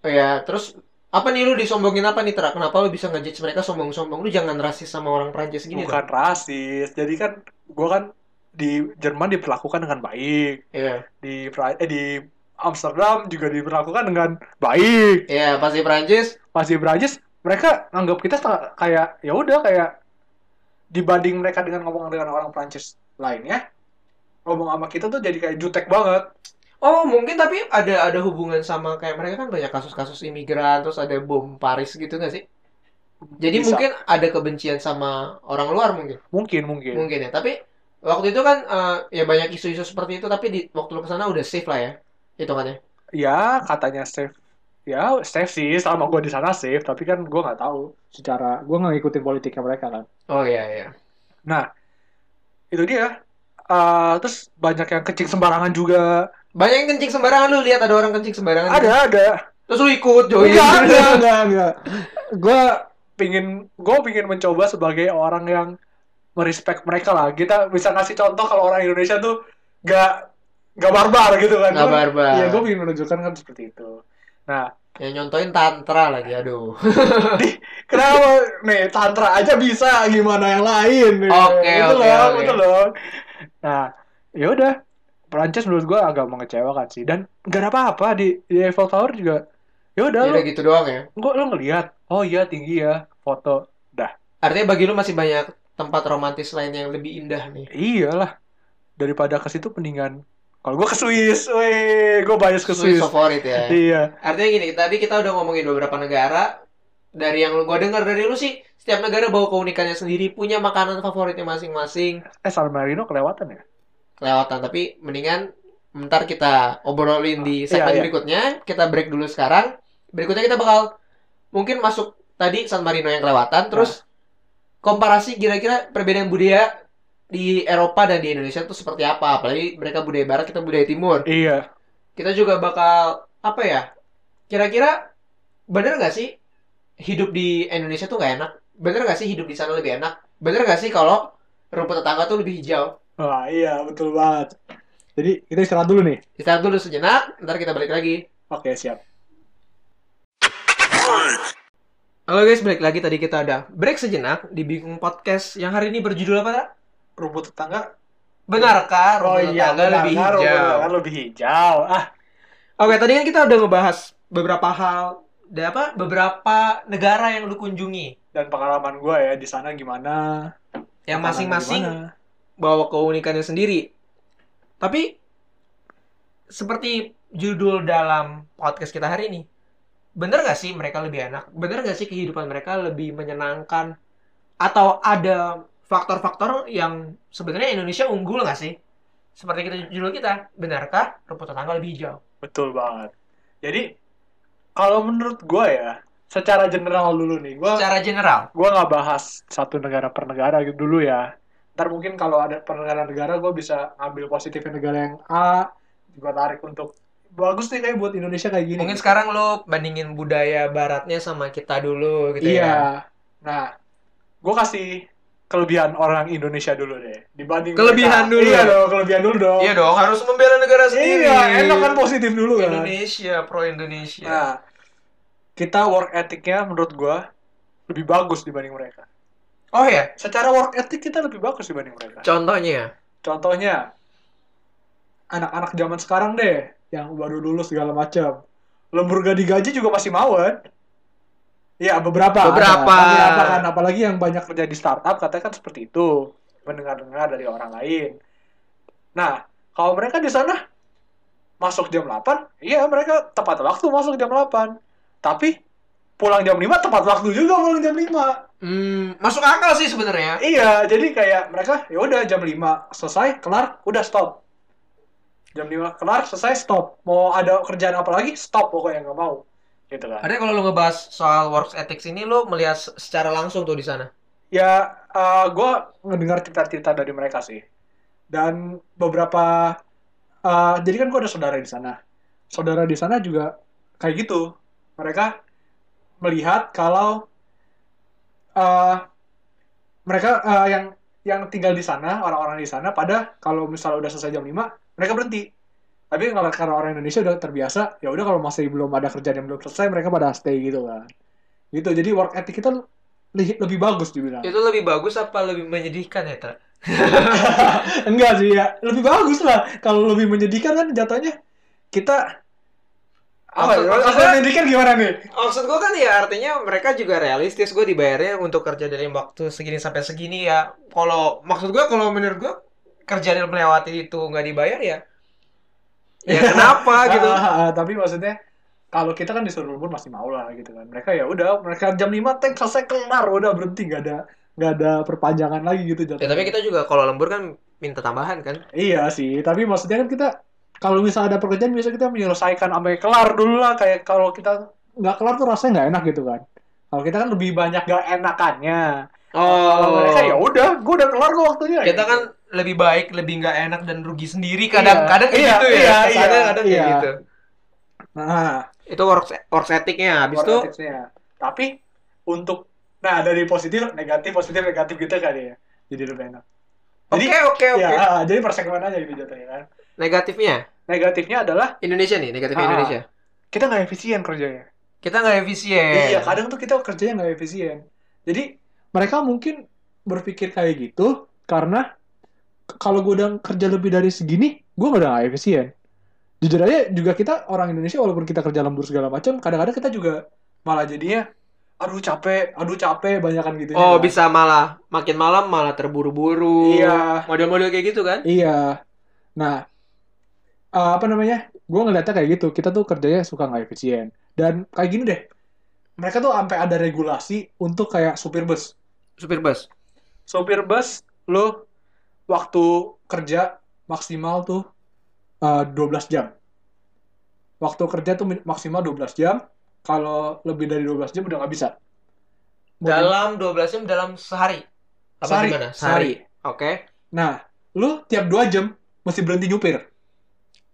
Oh ya, terus apa nih lu disombongin apa nih Tra? Kenapa lu bisa ngejudge mereka sombong-sombong? Lu jangan rasis sama orang Prancis gini dong.
Bukan kan rasis. Jadi kan gue kan di Jerman diperlakukan dengan baik.
Iya.
di Fra- eh, di Amsterdam juga diperlakukan dengan baik.
Iya, pasti Prancis.
Pas di Prancis mereka anggap kita setengah- kayak ya udah kayak dibanding mereka dengan ngomong dengan orang Prancis lainnya ngomong sama kita tuh jadi kayak jutek banget.
Oh, mungkin tapi ada ada hubungan sama kayak mereka kan banyak kasus-kasus imigran, terus ada bom Paris gitu nggak sih? Jadi
Bisa.
mungkin ada kebencian sama orang luar mungkin.
mungkin mungkin.
Mungkin ya, tapi waktu itu kan eh, ya banyak isu-isu seperti itu tapi di waktu lu kesana udah safe lah ya hitungannya.
Ya katanya safe ya safe sih selama gue di sana safe tapi kan gue nggak tahu secara gue nggak ngikutin politiknya mereka kan
Oh iya iya.
nah itu dia Eh, terus banyak yang kencing sembarangan juga
Banyak yang kencing sembarangan lu lihat ada orang kencing sembarangan. gitu.
ada Iya, ada
Terus lu ikut join.
enggak enggak enggak, enggak. gue pingin gue pingin mencoba sebagai orang yang merespek mereka lah kita bisa ngasih contoh kalau orang Indonesia tuh gak gak barbar gitu kan
Nggak barbar.
ya gue ingin menunjukkan kan seperti itu nah
Yang nyontoin Ya, tantra lagi aduh.
Kenapa? Nih, tantra aja bisa, gimana yang lain?
Oke,
Itu
oke,
loh,
oke.
itu loh. Nah, ya udah. Prancis menurut gua agak mengecewakan sih dan gak ada apa-apa di, di Eiffel Tower juga. Ya
Ya
udah, lu,
udah gitu doang ya.
gua lu ngelihat. Oh iya tinggi ya, foto.
Artinya bagi lu masih banyak tempat romantis lain yang lebih indah nih.
Iyalah. Daripada ke situ mendingan kalau gua ke Swiss, weh, gua bias ke Swiss.
favorit ya.
Iya.
Artinya gini, tadi kita udah ngomongin beberapa negara. Dari yang gue dengar dari lu sih, setiap negara bawa keunikannya sendiri, punya makanan favoritnya masing-masing.
Eh San Marino kelewatan ya?
Kelewatan, tapi mendingan ntar kita obrolin di segmen
Iya, iya.
berikutnya. Kita break dulu sekarang. Berikutnya kita bakal mungkin masuk tadi San Marino yang
Iya.
kelewatan, terus komparasi kira-kira perbedaan budaya di Eropa dan di Indonesia itu seperti apa? Apalagi mereka budaya barat, kita budaya timur.
Iya.
kita juga bakal apa ya kira-kira bener nggak sih hidup di Indonesia tuh nggak enak bener nggak sih hidup di sana lebih enak bener nggak sih kalau rumput tetangga tuh lebih hijau
Wah, iya, betul banget. Jadi, kita istirahat dulu nih.
kita dulu sejenak ntar kita balik lagi
Oke, siap.
halo guys balik lagi tadi kita ada break sejenak di Bingung Podcast yang hari ini berjudul apa tak?
Rumput tetangga
benarkah rumput tetangga
benar,
lebih
kan,
hijau
rumput tetangga lebih hijau. Ah,
Oke, tadi kan kita udah ngebahas beberapa hal, ada apa? Beberapa negara yang lu kunjungi,
dan pengalaman gue ya di sana gimana?
yang
makanannya
masing-masing
gimana.
bawa keunikannya sendiri. Tapi seperti judul dalam podcast kita hari ini, bener nggak sih mereka lebih enak? Bener nggak sih kehidupan mereka lebih menyenangkan? Atau ada faktor-faktor yang sebenarnya Indonesia unggul nggak sih? Seperti kita judul kita, benarkah rumput tetangga lebih hijau?
Betul banget. Jadi kalau menurut gue ya, secara general dulu nih, gue
Secara general,
gue nggak bahas satu negara per negara gitu dulu ya. Ntar mungkin kalau ada per negara-negara gue bisa ngambil positifnya negara yang A, gue tarik untuk bagus nih kayak buat Indonesia kayak gini.
mungkin sekarang lo bandingin budaya baratnya sama kita dulu gitu
iya.
ya.
Nah, gue kasih kelebihan orang Indonesia dulu deh dibanding
Kelebihan
mereka.
dulu.
iya dong kelebihan dulu dong
Iya dong, harus membela negara sendiri.
Iya, enak kan positif dulu kan.
Indonesia, pro Indonesia.
Nah, kita work ethicnya menurut gua lebih bagus dibanding mereka.
Oh ya,
Secara work ethic kita lebih bagus dibanding mereka.
contohnya.
Contohnya, anak-anak zaman sekarang deh, yang baru lulus segala macam. Lemburga digaji juga masih mawon. Ya, beberapa.
Beberapa.
Ada. Beberapa kan, apalagi yang banyak kerja di startup, katanya kan seperti itu. Mendengar-dengar dari orang lain. Nah, kalau mereka di sana masuk jam 8, iya mereka tepat waktu masuk jam 8. Tapi pulang jam 5 tepat waktu juga pulang jam 5.
Hmm, masuk akal sih sebenarnya.
Iya, jadi kayak mereka ya udah jam 5 selesai, kelar, udah stop. Jam 5 kelar, selesai, stop. Mau ada kerjaan apa lagi, stop pokoknya nggak mau. Gitu kan.
Ada kalau lu ngebahas soal works ethics ini lu melihat se- secara langsung tuh di sana.
Ya, eh, gua gue ngedengar cerita-cerita dari mereka sih. Dan beberapa, eh, jadi kan gue ada saudara di sana. Saudara di sana juga kayak gitu. Mereka melihat kalau eh, mereka eh, yang yang tinggal di sana, orang-orang di sana, pada kalau misalnya udah selesai jam 5, mereka berhenti. Tapi kalau karena orang Indonesia udah terbiasa, ya udah kalau masih belum ada kerjaan yang belum selesai, mereka pada stay gitu kan. Gitu, jadi work ethic kita li- lebih bagus dibilang.
Itu lebih bagus apa lebih menyedihkan ya, Tra?
Enggak sih ya, lebih bagus lah. Kalau lebih menyedihkan kan jatuhnya kita apa? ya?
Maksud-
Kalau
maksudnya-
menyedihkan gimana nih?
Maksud gua kan ya artinya mereka juga realistis gue dibayarnya untuk kerja dari waktu segini sampai segini ya. Kalau maksud gua kalau menurut gua kerjaan yang melewati itu nggak dibayar ya. Ya kenapa *laughs* gitu?
Ah, ah, ah, tapi maksudnya kalau kita kan disuruh lembur masih mau lah gitu kan. Mereka ya udah, mereka jam 5 tank selesai kelar, udah berhenti nggak ada nggak ada perpanjangan lagi gitu
Ya
jatuhnya.
tapi kita juga kalau lembur kan minta tambahan kan.
Iya sih, tapi maksudnya kan kita kalau misal ada pekerjaan biasa kita menyelesaikan sampai kelar dulu lah kayak kalau kita nggak kelar tuh rasanya nggak enak gitu kan kalau kita kan lebih banyak gak enakannya
Oh.
kalau mereka ya udah gue udah kelar kok waktunya
kita kan lebih baik, lebih nggak enak dan rugi sendiri kadang-kadang kayak
Iya,
gitu ya.
iya,
Kadang-kadang
iya,
kadang kayak
iya.
gitu.
nah
Itu work work settingnya. Habis itu
Kualitatifnya. tapi untuk nah dari positif negatif positif negatif gitu kali ya jadi lebih enak jadi
oke oke
ya
oke.
ah, jadi persegmen aja gitu jatuhnya kan
Negatifnya
negatifnya adalah
Indonesia nih, negatifnya
Ah.
Indonesia.
kita nggak efisien kerjanya
Kita nggak efisien.
iya kadang tuh kita kerjanya nggak efisien jadi mereka mungkin berpikir kayak gitu karena k- kalau gue udah kerja lebih dari segini gue udah nggak efisien jujur aja juga kita orang Indonesia walaupun kita kerja lembur segala macam kadang-kadang kita juga malah jadinya aduh capek aduh capek banyakan gitu
Oh bisa malah makin malam malah terburu-buru.
Iya.
Model-model kayak gitu kan?
Iya. Nah, eh, apa namanya? Gue ngeliatnya kayak gitu. Kita tuh kerjanya suka nggak efisien. Dan kayak gini deh. Mereka tuh sampai ada regulasi untuk kayak supir bus.
Supir bus.
Supir bus, lo waktu kerja maksimal tuh eh, 12 jam. Waktu kerja tuh min- maksimal 12 jam. Kalau lebih dari 12 jam udah nggak bisa. Mau
Dalam 12 jam dalam sehari. Apa
Sehari,
gimana?
sehari.
Oke.
Nah, lu tiap 2 jam mesti berhenti nyupir.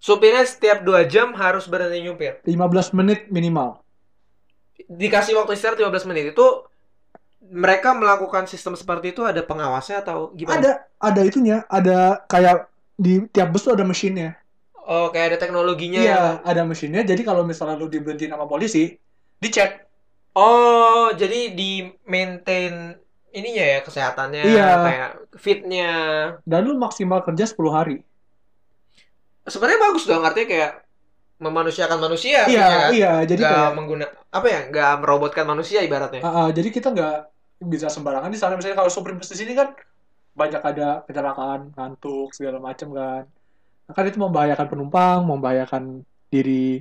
Supirnya setiap 2 jam harus berhenti nyupir.
15 menit minimal.
Dikasih waktu istirahat 15 menit itu mereka melakukan sistem seperti itu ada pengawasnya atau gimana?
Ada, ada itunya, ada kayak di tiap bus tuh ada mesinnya.
Oh, kayak ada teknologinya. gitu.
Iya, ada mesinnya. Jadi kalau misalnya lu diberhentiin sama polisi, dicek.
Oh, jadi di maintain ininya ya kesehatannya,
Iya.
kayak fitnya.
Dan lu maksimal kerja 10 hari.
Sebenarnya bagus dong, artinya kayak memanusiakan manusia,
iya,
artinya kan?
iya. Jadi
Nggak
kayak,
mengguna- apa ya? Nggak merobotkan manusia ibaratnya.
Ah, ah, jadi kita nggak bisa sembarangan. Di sana misalnya kalau supir bus di sini kan banyak ada kecelakaan, ngantuk, segala macam kan. Nah, Kan itu membahayakan penumpang, membahayakan diri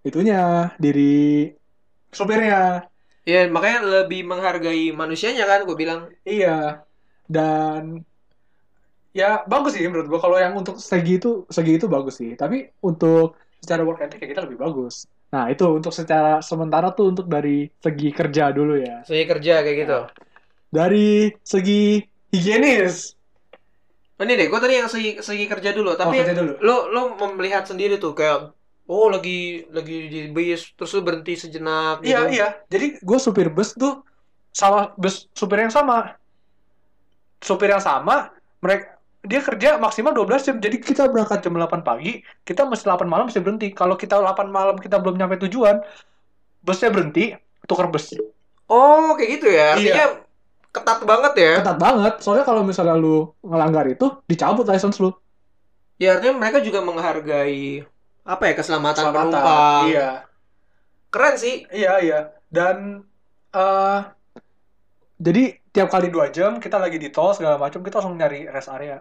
itunya, diri supirnya.
Iya, makanya lebih menghargai manusianya kan, gue bilang.
Iya. Dan ya bagus sih menurut gua kalau yang untuk segi itu segi itu bagus sih. Tapi untuk secara work ethic ya kita lebih bagus. Nah, itu untuk secara sementara tuh untuk dari segi kerja dulu ya.
Saya kerja kayak gitu.
Dari segi higienis. Iya.
Oh, Ini deh, gue tadi yang segi, segi kerja dulu,
Oh,
tapi
kerja dulu.
lo lo melihat sendiri tuh kayak oh lagi lagi di bis terus lu berhenti sejenak
Iya,
gitu.
iya. Jadi gue supir bus tuh sama bus supir yang sama. Supir yang sama, mereka dia kerja maksimal 12 jam. Jadi kita berangkat jam 8 pagi, kita mesti 8 malam mesti berhenti. Kalau kita 8 malam kita belum nyampe tujuan, busnya berhenti, tukar bus.
Oh, kayak gitu ya. Artinya ketat banget ya.
Iya. Ketat banget. Soalnya kalau misalnya lu ngelanggar itu, dicabut license lu.
Ya artinya mereka juga menghargai apa ya keselamatan, penumpang.
Iya.
Keren sih.
Iya, iya. Dan eh jadi tiap kali dua jam kita lagi di tol segala macam kita langsung nyari rest area.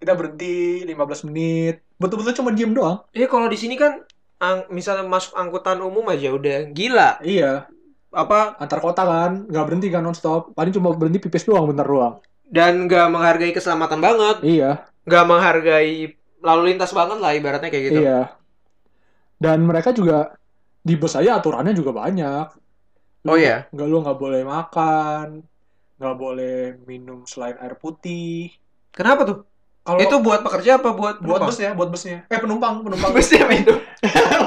Kita berhenti 15 menit. Betul-betul cuma diem doang.
Ya kalau di sini kan ang- misalnya masuk angkutan umum aja udah gila.
Iya,
Apa
antar kota kan, nggak berhenti kan nonstop. Paling cuma berhenti pipis doang bentar doang.
dan nggak menghargai keselamatan banget,
Iya,
nggak menghargai lalu lintas banget lah ibaratnya kayak gitu.
iya. Dan mereka juga di bus aja aturannya juga banyak. Lu-
Oh iya.
Nggak lu nggak boleh makan, nggak boleh minum selain air putih.
Kenapa tuh?
Kalau
Itu buat pekerja apa buat
buat
penumpang?
busnya, buat busnya. Eh penumpang, penumpang.
*laughs* Busnya minum.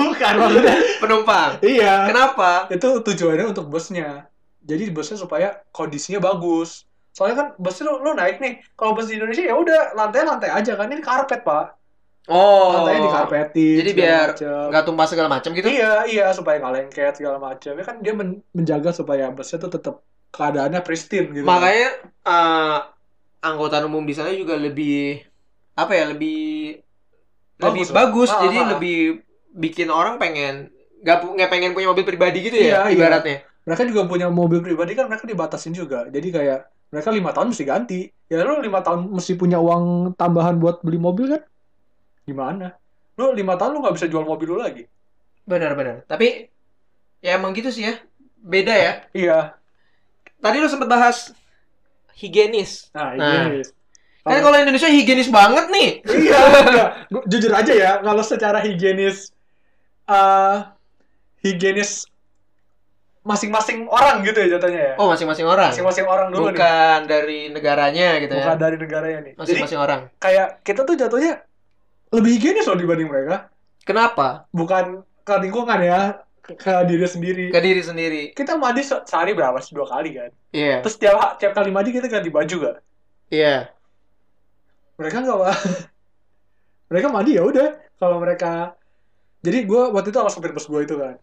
Bukan maksudnya.
penumpang.
Iya.
Kenapa?
Itu tujuannya untuk busnya. Jadi busnya supaya kondisinya bagus. Soalnya kan busnya lu, lu naik nih. Kalau bus di Indonesia ya udah lantai lantai aja kan ini karpet pak.
Oh.
Lantainya dikarpetin.
Jadi
segala
biar
macem.
nggak tumpah segala macam gitu.
Iya iya supaya nggak lengket segala macam. Ya kan dia men- menjaga supaya busnya tuh tetap keadaannya pristine gitu.
Makanya eh, angkutan umum di sana juga lebih apa ya lebih lebih
Bagus lah.
bagus.
Ah,
jadi
ah, ah.
lebih bikin orang pengen nggak pu- nggak pengen punya mobil pribadi gitu ya
Iya, iya.
ibaratnya.
mereka juga punya mobil pribadi kan mereka dibatasin juga. Jadi kayak mereka lima tahun mesti ganti. Ya lu lima tahun mesti punya uang tambahan buat beli mobil kan? Gimana? Lu lima tahun lu nggak bisa jual mobil lu lagi.
Benar-benar. Tapi ya emang gitu sih ya. Beda ya.
Iya.
Tadi lu sempet bahas higienis.
Nah,
Nah,
ini.
Kan kalau Indonesia higienis banget nih.
iya, enggak. Gua- jujur aja ya, kalau secara higienis eh higienis masing-masing orang gitu ya jatuhnya ya.
Oh, masing-masing orang.
Masing-masing orang dulu nih.
Bukan dari negaranya gitu
Bukan
ya.
dari negaranya nih. Jadi
Masing-masing orang.
kayak kita tuh jatuhnya lebih higienis loh dibanding mereka.
Kenapa?
Bukan ke lingkungan ya, ke, ke diri sendiri.
Ke diri sendiri.
Kita mandi se- sehari berapa sih? Dua kali kan?
Iya.
Terus tiap, tiap kali mandi kita ganti baju gak?
Iya.
mereka nggak ma- *laughs* mereka mandi ya udah kalau mereka jadi gue waktu itu sama sopir bus gue itu kan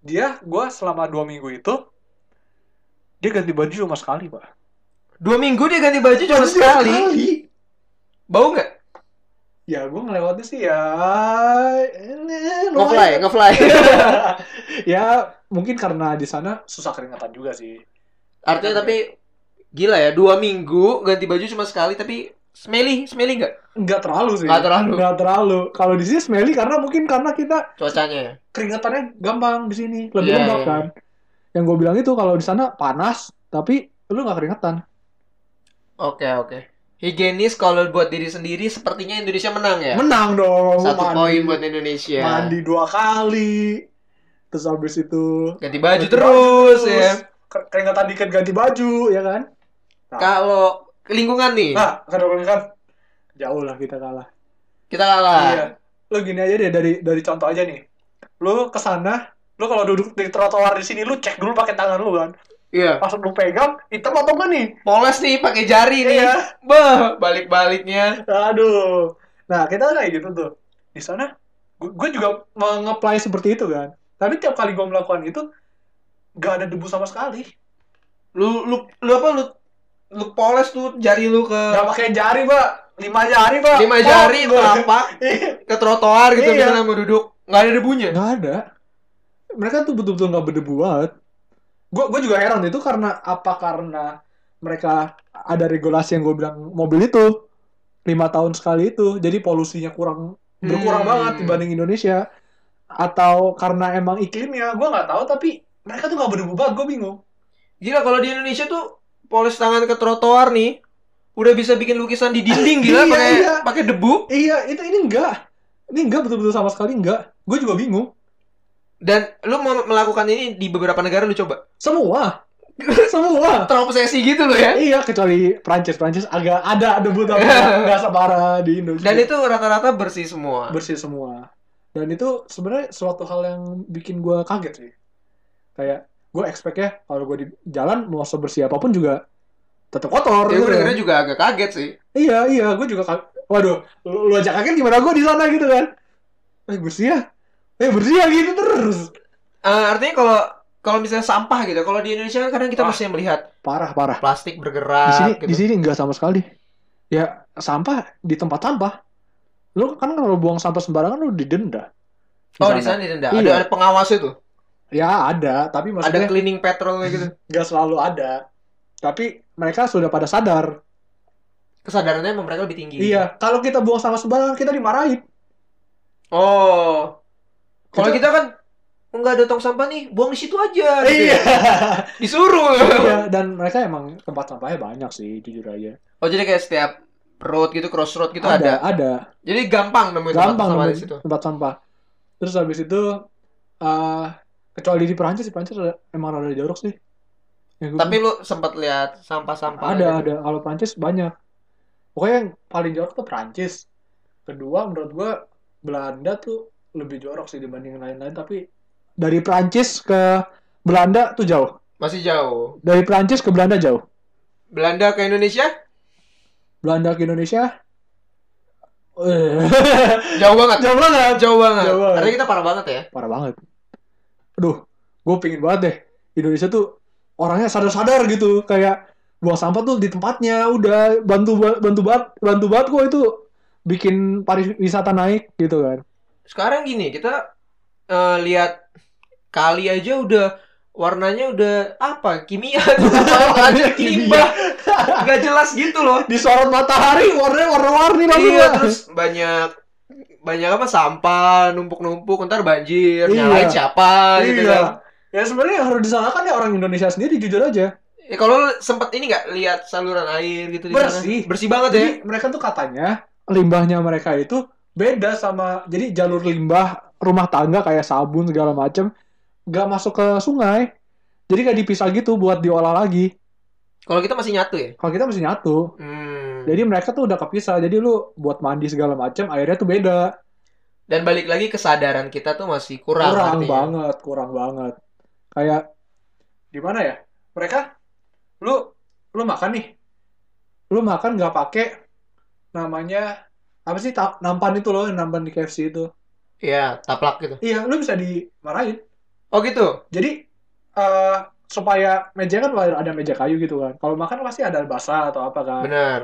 dia gue selama dua minggu itu dia ganti baju cuma sekali pak
Dua minggu dia ganti baju cuma
Baju
sekali. Bau nggak?
ya gue ngelewatnya sih ya eh,
Ngefly,
lumayan. *laughs*
ngefly.
ya mungkin karena di sana susah keringatan juga sih
*laughs* Artinya tapi gila ya, dua minggu ganti baju cuma sekali tapi smelly, smelly nggak?
nggak terlalu sih
Nggak terlalu.
nggak terlalu kalau di sini smelly karena mungkin karena kita
Cuacanya ya.
keringatannya gampang di sini lebih
Iya,
lembab
iya.
kan yang gue bilang itu kalau di sana panas tapi lu nggak keringetan
Oke, oke. Higienis kalau buat diri sendiri sepertinya Indonesia menang Oh, ya.
menang dong
Satu
mandi,
poin buat Indonesia.
mandi dua kali terus habis itu
Ganti baju
Ganti
terus,
baju
ya.
Ke- keringatan dikit ganti baju ya kan
Kalau ke lingkungan nih,
nah kadang kan jauh lah kita kalah
kita kalah.
iya lu gini aja deh dari dari contoh aja nih lu kesana lu kalau duduk di trotoar di sini lu cek dulu pakai tangan lu kan
Iya.
pas lu pegang hitam atau enggak nih
Poles nih pakai jari nih.
Iya.
Bah, balik-baliknya.
Aduh. Nah, kita kayak gitu tuh. Di sana, gue juga nge-apply seperti itu kan. Tapi tiap kali gue melakukan itu, gak ada debu sama sekali.
Lu lu lu apa lu lu poles tuh jari lu ke
Gak pakai jari, Pak. Lima jari, Pak.
lima
Pak.
jari telapak ke trotoar gitu
Iya.
misalnya mau duduk nggak ada debunya
Gak ada. Mereka tuh betul-betul gak berdebu banget. Gue gue juga heran itu karena apa karena mereka ada regulasi yang gue bilang mobil itu lima tahun sekali itu jadi polusinya kurang berkurang
Hmm.
banget dibanding Indonesia atau karena emang iklimnya gue nggak tahu tapi mereka tuh nggak berdebu banget gue bingung
Gila kalau di Indonesia tuh poles tangan ke trotoar nih udah bisa bikin lukisan di dinding gila
Iya,
pakai
iya.
pakai debu
iya itu ini enggak ini enggak betul-betul sama sekali enggak gue juga bingung
dan lu mau melakukan ini di beberapa negara lu coba
semua *laughs* semua
terobsesi gitu lo ya
iya kecuali Prancis Prancis agak ada debu tapi nggak nggak separah di Indonesia
dan itu rata-rata bersih semua
bersih semua dan itu sebenarnya suatu hal yang bikin gue kaget sih kayak gue expect ya kalau gue di jalan mau sebersih apapun juga tetap kotor
ya
gitu
gue
ya.
dengernya juga agak kaget sih
iya iya gue juga kaget waduh lu, lu ajak kaget gimana gue di sana gitu kan eh bersih ya eh bersih ya gitu terus
Eh, artinya kalau kalau misalnya sampah gitu kalau di Indonesia kan kadang kita
Ah.
masih melihat
parah parah
plastik
di sini
bergerak
di
gitu
sini nggak sama sekali Iya, ya sampah di tempat sampah lu kan kalau buang sampah sembarangan lu didenda
oh di sana didenda ada
Iya.
ada pengawas itu
ya ada tapi maksudnya
ada cleaning patrol gitu
nggak selalu ada tapi mereka sudah pada sadar
kesadarannya emang mereka lebih tinggi
iya kalau kita buang sampah sembarangan kita
*laughs*
dimarahin
oh kalau
Kita-
kita kan nggak ada tong sampah nih buang di situ aja gitu ya.
iya
disuruh
Iya, dan mereka emang tempat sampahnya banyak sih jujur aja
oh jadi kayak setiap road gitu crossroad gitu ada,
ada ada
jadi gampang nemuin tempat
gampang
sampah
nemuin
di situ
tempat sampah terus habis itu eh kecuali di Perancis di Perancis ada- emang ada jorok sih Ya, gua-
tapi lu sempat lihat sampah-sampah gitu?
ada ada kalau Prancis banyak pokoknya yang paling jorok tuh Prancis kedua menurut gua Belanda tuh lebih jorok sih dibanding yang lain-lain tapi dari Prancis ke Belanda tuh jauh
masih jauh
dari Prancis ke Belanda jauh
Belanda ke Indonesia
Belanda ke Indonesia *laughs* eh,
jauh banget
jauh banget
jauh banget
Jauh banget.
artinya kita parah banget ya
parah banget aduh gue pingin banget deh Indonesia tuh orangnya sadar-sadar gitu kayak buang sampah tuh di tempatnya udah bantu bantu banget bantu banget gue itu bikin pariwisata naik gitu kan
sekarang gini kita eh, lihat kali aja udah warnanya udah apa kimia tuh *laughs* apa
Warnanya kimia.
limbah nggak jelas gitu loh
di sorot matahari warnanya warna-warni langsung
iya
ya.
terus banyak banyak apa sampah numpuk-numpuk ntar banjir
Iya.
nyalain siapa gitu
Iya.
kan
ya sebenarnya yang harus disalahkan ya orang Indonesia sendiri jujur aja
Ya kalau lu sempet ini nggak lihat saluran air gitu di
Bersih.
sana? Bersih banget ya.
Jadi mereka tuh katanya limbahnya mereka itu beda sama jadi jalur limbah rumah tangga kayak sabun segala macem gak masuk ke sungai. Jadi kayak dipisah gitu buat diolah lagi.
Kalau kita masih nyatu ya.
Kalau kita masih nyatu.
Hmm.
Jadi mereka tuh udah kepisah. Jadi lu buat mandi segala macem airnya tuh beda.
Dan balik lagi kesadaran kita tuh masih kurang.
kurang
artinya.
banget, iya. kurang banget. Kayak gimana ya? Mereka lu lu makan nih. Lu makan nggak pakai namanya apa sih ta- nampan itu loh, yang nampan di KFC itu.
Iya, taplak gitu.
Iya, lu bisa dimarahin.
Oh gitu.
Jadi eh supaya meja kan ada meja kayu gitu kan. Kalau makan pasti ada basah atau apa kan.
Benar.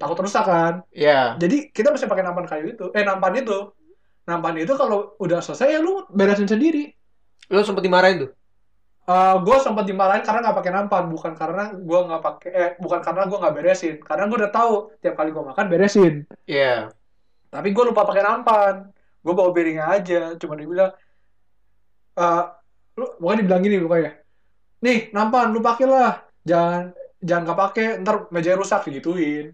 Takut rusak kan.
Iya.
Jadi kita bisa pakai nampan kayu itu. Eh nampan itu. Nampan itu kalau udah selesai ya lu beresin sendiri.
Lu sempet dimarahin tuh.
gue sempat dimarahin karena nggak pakai nampan bukan karena gue nggak pakai eh bukan karena gue nggak beresin karena gue udah tahu tiap kali gue makan beresin
Iya.
tapi gue lupa pakai nampan gue bawa piringnya aja cuma dibilang eh lu bukan dibilang gini pokoknya nih nampan lu pakailah jangan jangan nggak pakai ntar meja rusak digituin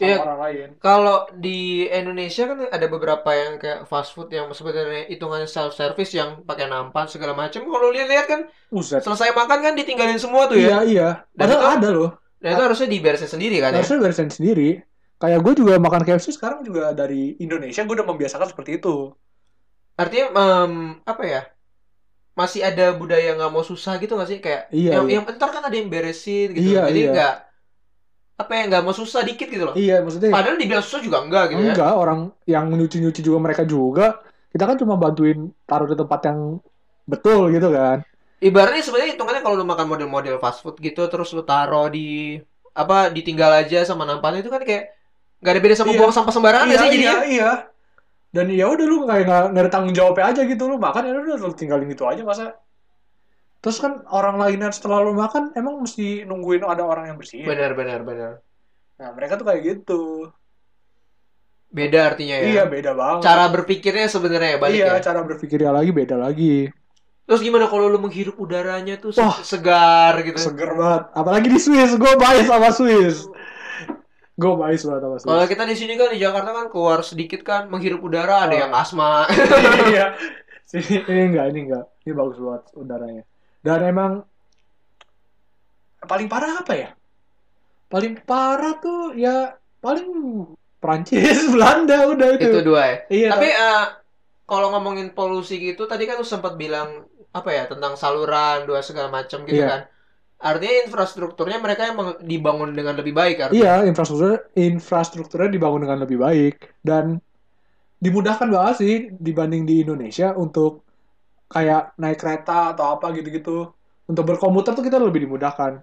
sama
Iya.
orang lain
Kalau di Indonesia kan ada beberapa yang kayak fast food yang sebenarnya hitungannya self service yang pakai nampan segala macam. Kalau lu lihat kan
Buset.
selesai makan kan ditinggalin semua tuh ya.
iya iya
Dan
padahal
itu-
ada loh
Dan itu harusnya diberesin sendiri kan ya.
harusnya beresin sendiri kayak gue juga makan KFC sekarang juga dari Indonesia gue udah membiasakan seperti itu
Artinya em, apa ya? Masih ada budaya nggak mau susah gitu nggak sih kayak
Iya,
yang
iya.
yang bentar kan ada yang beresin gitu.
Iya,
Jadi
iya.
nggak apa ya nggak mau susah dikit gitu loh.
iya Hmm. maksudnya
Padahal dibilang susah juga enggak gitu ya.
Enggak, orang yang nyuci-nyuci juga mereka juga. Kita kan cuma bantuin taruh di tempat yang betul gitu kan.
Ibaratnya sebenarnya hitungannya kalau lu makan model-model fast food gitu terus lu taro di apa ditinggal aja sama nampannya itu kan kayak nggak ada beda sama
Iya.
buang sampah sembarangan ya sih
iya,
jadinya.
iya. Dan ya udah lu kayak nggak nggak ada tanggung jawabnya aja gitu lu makan ya udah lu tinggalin gitu aja masa. Terus kan orang lain yang setelah lu makan emang mesti nungguin ada orang yang bersihin.
Benar benar benar.
Nah mereka tuh kayak gitu.
Beda artinya ya.
Iya beda banget.
Cara berpikirnya sebenarnya ya balik
iya
ya.
cara berpikirnya lagi beda lagi.
Terus gimana kalau lu menghirup udaranya tuh se-
Wah.
segar gitu.
Seger banget. Apalagi di Swiss, gue bias sama Swiss. Gue bias banget sama Swiss.
Kalau kita di sini kan di Jakarta kan keluar sedikit kan menghirup udara ada
Oh.
yang
*laughs*
asma.
iya. Sini, ini enggak, ini enggak. Ini bagus banget udaranya. Dan emang paling parah apa ya? Paling parah tuh ya paling Prancis, *laughs* Belanda udah itu.
itu dua ya.
Iya.
Tapi eh, kalau ngomongin polusi gitu, tadi kan lu sempat bilang apa ya tentang saluran dua segala macam gitu
Iya.
kan. Artinya infrastrukturnya mereka emang dibangun dengan lebih baik artinya.
iya, infrastruktur infrastrukturnya dibangun dengan lebih baik dan dimudahkan banget sih dibanding di Indonesia untuk kayak naik kereta atau apa gitu-gitu. Untuk berkomuter tuh kita lebih dimudahkan.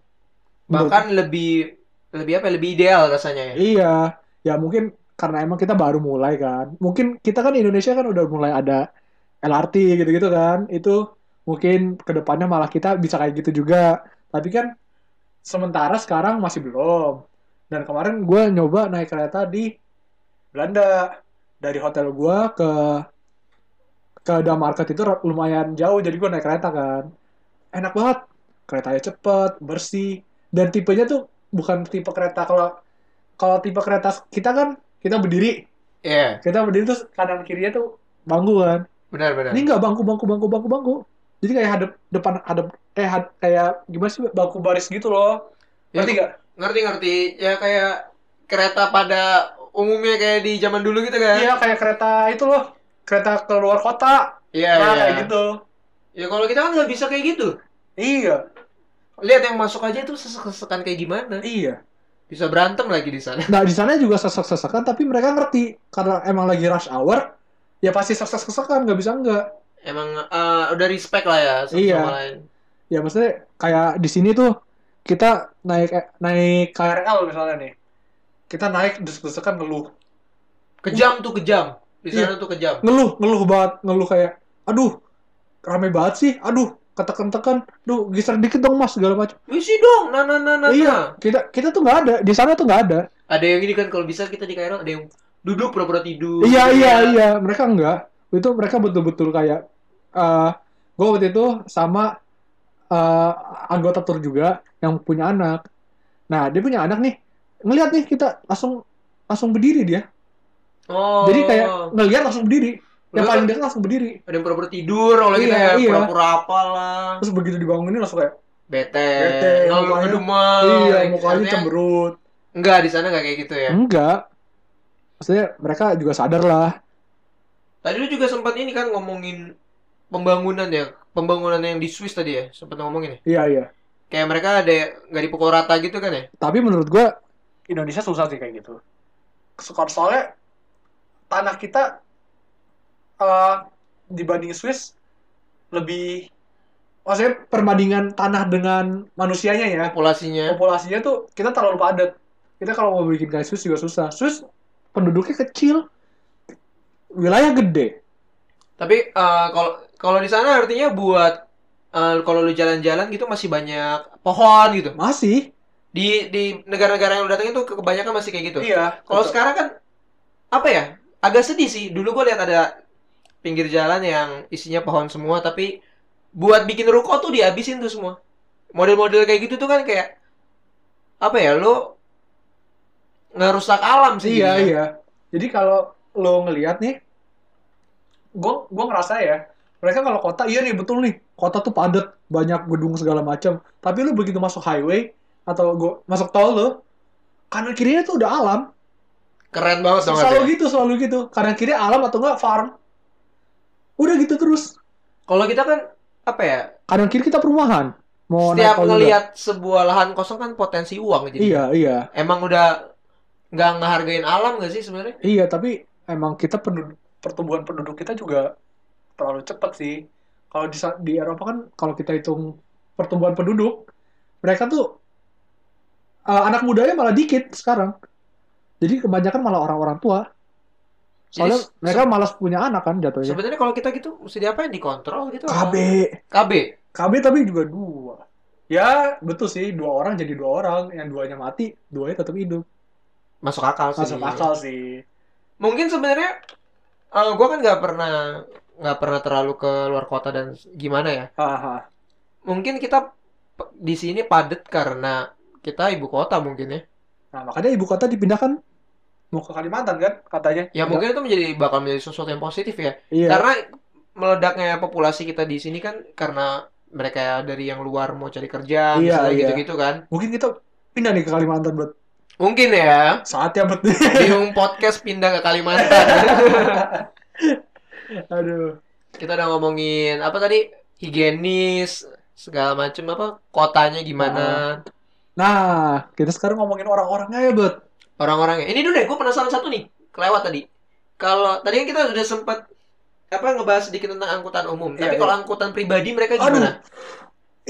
Menurut-
Bahkan lebih lebih apa? ya, Lebih ideal rasanya ya.
Iya, ya mungkin karena emang kita baru mulai kan. Mungkin kita kan Indonesia kan udah mulai ada LRT gitu-gitu kan. Itu mungkin kedepannya malah kita bisa kayak gitu juga. Tapi kan sementara sekarang masih belum. Dan kemarin gue nyoba naik kereta di Belanda. Dari hotel gue ke ke The Market itu lumayan jauh, jadi gue naik kereta kan. Enak banget. Keretanya cepet, bersih. Dan tipenya tuh bukan tipe kereta kalau kalau tipe kereta kita kan kita berdiri
Iya,
kita berdiri terus kanan kirinya tuh bangku kan
benar benar.
ini nggak bangku bangku bangku bangku bangku jadi kayak hadap depan hadap eh had- kayak gimana sih bangku baris gitu loh
Ya,
ngerti nggak
ngerti ngerti. Ya kayak kereta pada umumnya kayak di zaman dulu gitu kan.
iya kayak kereta itu loh kereta keluar kota
Iya,
nah,
iya.
kayak gitu
Ya kalau kita kan nggak bisa kayak gitu.
iya
Lihat yang masuk aja tuh sesek-sesekan kayak gimana.
iya
Bisa berantem lagi di sana.
nah di sana juga sesek sesekan tapi mereka ngerti karena emang lagi rush hour ya pasti sesek sesekan nggak bisa enggak
Emang eh, udah respect lah ya satu
Iya.
sama lain.
ya maksudnya kayak di sini tuh kita naik eh, naik KRL misalnya nih kita naik desek-desekan ngeluh
Kejam tuh kejam. Di sana
Iya.
tuh kejam.
ngeluh ngeluh banget ngeluh kayak aduh rame banget sih aduh ketekan-tekan duh geser dikit dong mas segala macam
Isi dong, nah nah nah nah. nah.
iya kita kita tuh nggak ada di sana tuh nggak ada
Ada yang ini kan kalau bisa kita di Kairo ada yang duduk pura-pura tidur.
iya
gitu
iya
kan.
iya mereka nggak itu mereka betul-betul kayak eh gue waktu itu sama eh, anggota tur juga yang punya anak. Nah, dia punya anak nih. Ngelihat nih kita langsung langsung berdiri dia.
Oh.
Jadi kayak ngelihat langsung berdiri. Yang
Lu-
paling dekat langsung berdiri.
ada yang pura-pura tidur kalau kita
Iya,
ya
iya.
pura-pura apa lah
Terus begitu dibangunin langsung kayak
bete,
Bete,
ngeluh
mukanya-
ngedumel
iya,
Kayak
mukanya
misalnya-
cemberut.
enggak di sana enggak kayak gitu ya
Enggak. Maksudnya mereka juga sadar lah.
tadi lu juga sempat ini kan ngomongin pembangunan ya pembangunan yang di Swiss tadi ya sempat ngomongin ya
Iya, iya.
kayak mereka ada nggak dipukul rata gitu kan ya
Tapi menurut gua Indonesia susah sih kayak gitu. Soal- Soalnya tanah kita eh, dibanding Swiss lebih maksudnya perbandingan tanah dengan manusianya ya.
populasinya
Populasinya tuh kita terlalu padat. Kita kalau mau bikin kayak Swiss juga susah. Swiss penduduknya kecil, wilayah gede.
tapi eh, kalau kalau di sana artinya buat eh, kalau lu jalan-jalan gitu masih banyak pohon gitu
Masih.
di di negara-negara yang lu datengin tuh kebanyakan masih kayak gitu
Iya.
Kalau
betul.
sekarang kan apa ya? Agak sedih sih. Dulu gue lihat ada pinggir jalan yang isinya pohon semua, tapi buat bikin ruko tuh dihabisin tuh semua. Model-model kayak gitu tuh kan kayak apa ya? Lo ngerusak alam sih.
Iya
jadinya.
iya. Jadi kalau lo ngelihat nih, gue gua ngerasa ya, mereka kalau kota iya nih betul nih, kota tuh padat, banyak gedung segala macam. Tapi lu begitu masuk highway atau gua masuk tol lo, kanan kirinya tuh udah alam.
Keren banget dong.
selalu
Abel.
gitu selalu gitu. Kanan kiri alam atau enggak farm. Udah gitu terus.
Kalau kita kan apa ya?
Kanan kiri kita perumahan. Mau naik
setiap
tol juga.
ngelihat sebuah lahan kosong kan potensi uang jadi.
Iya iya
Emang udah nggak ngehargain alam gak sih sebenarnya?
iya. Tapi emang kita penduduk, pertumbuhan penduduk kita juga terlalu cepat sih. Kalau di, sa- di Eropa kan kalau kita hitung pertumbuhan penduduk, mereka tuh eh, anak mudanya malah dikit sekarang. Jadi kebanyakan malah orang-orang tua.
Jadi
Soalnya
se-
mereka malas punya anak kan jatuhnya.
Sebenarnya kalau kita gitu mesti diapain? Dikontrol gitu?
KB,
apa? KB.
KB tapi juga dua. Ya betul sih dua orang jadi dua orang, yang duanya mati, duanya tetap hidup.
Masuk akal sih.
Masuk akal sih.
mungkin sebenarnya eh gue kan nggak pernah nggak pernah terlalu ke luar kota dan s- gimana ya
Haha.
mungkin kita p- di sini padat karena kita ibu kota mungkin ya
Nah makanya ibu kota dipindahkan mau ke Kalimantan kan katanya.
ya mungkin itu menjadi bakal menjadi sesuatu yang positif ya
Iya.
karena meledaknya populasi kita di sini kan karena mereka dari yang luar mau cari kerja
Iya,
misalnya
iya.
gitu-gitu kan
Mungkin kita pindah nih ke Kalimantan buat
mungkin ya *laughs*
saatnya betul.
bingung podcast pindah ke Kalimantan
Aduh.
kita udah ngomongin apa tadi higienis segala macam apa kotanya gimana
Nah, kita sekarang ngomongin orang-orangnya ya, Bet.
orang-orangnya. ya. Ini dulu deh, gue penasaran satu nih, kelewat tadi. Kalau tadi kan kita udah sempat apa ngebahas sedikit tentang angkutan umum,
Iya,
tapi
iya.
kalau angkutan pribadi mereka
Aduh,
gimana?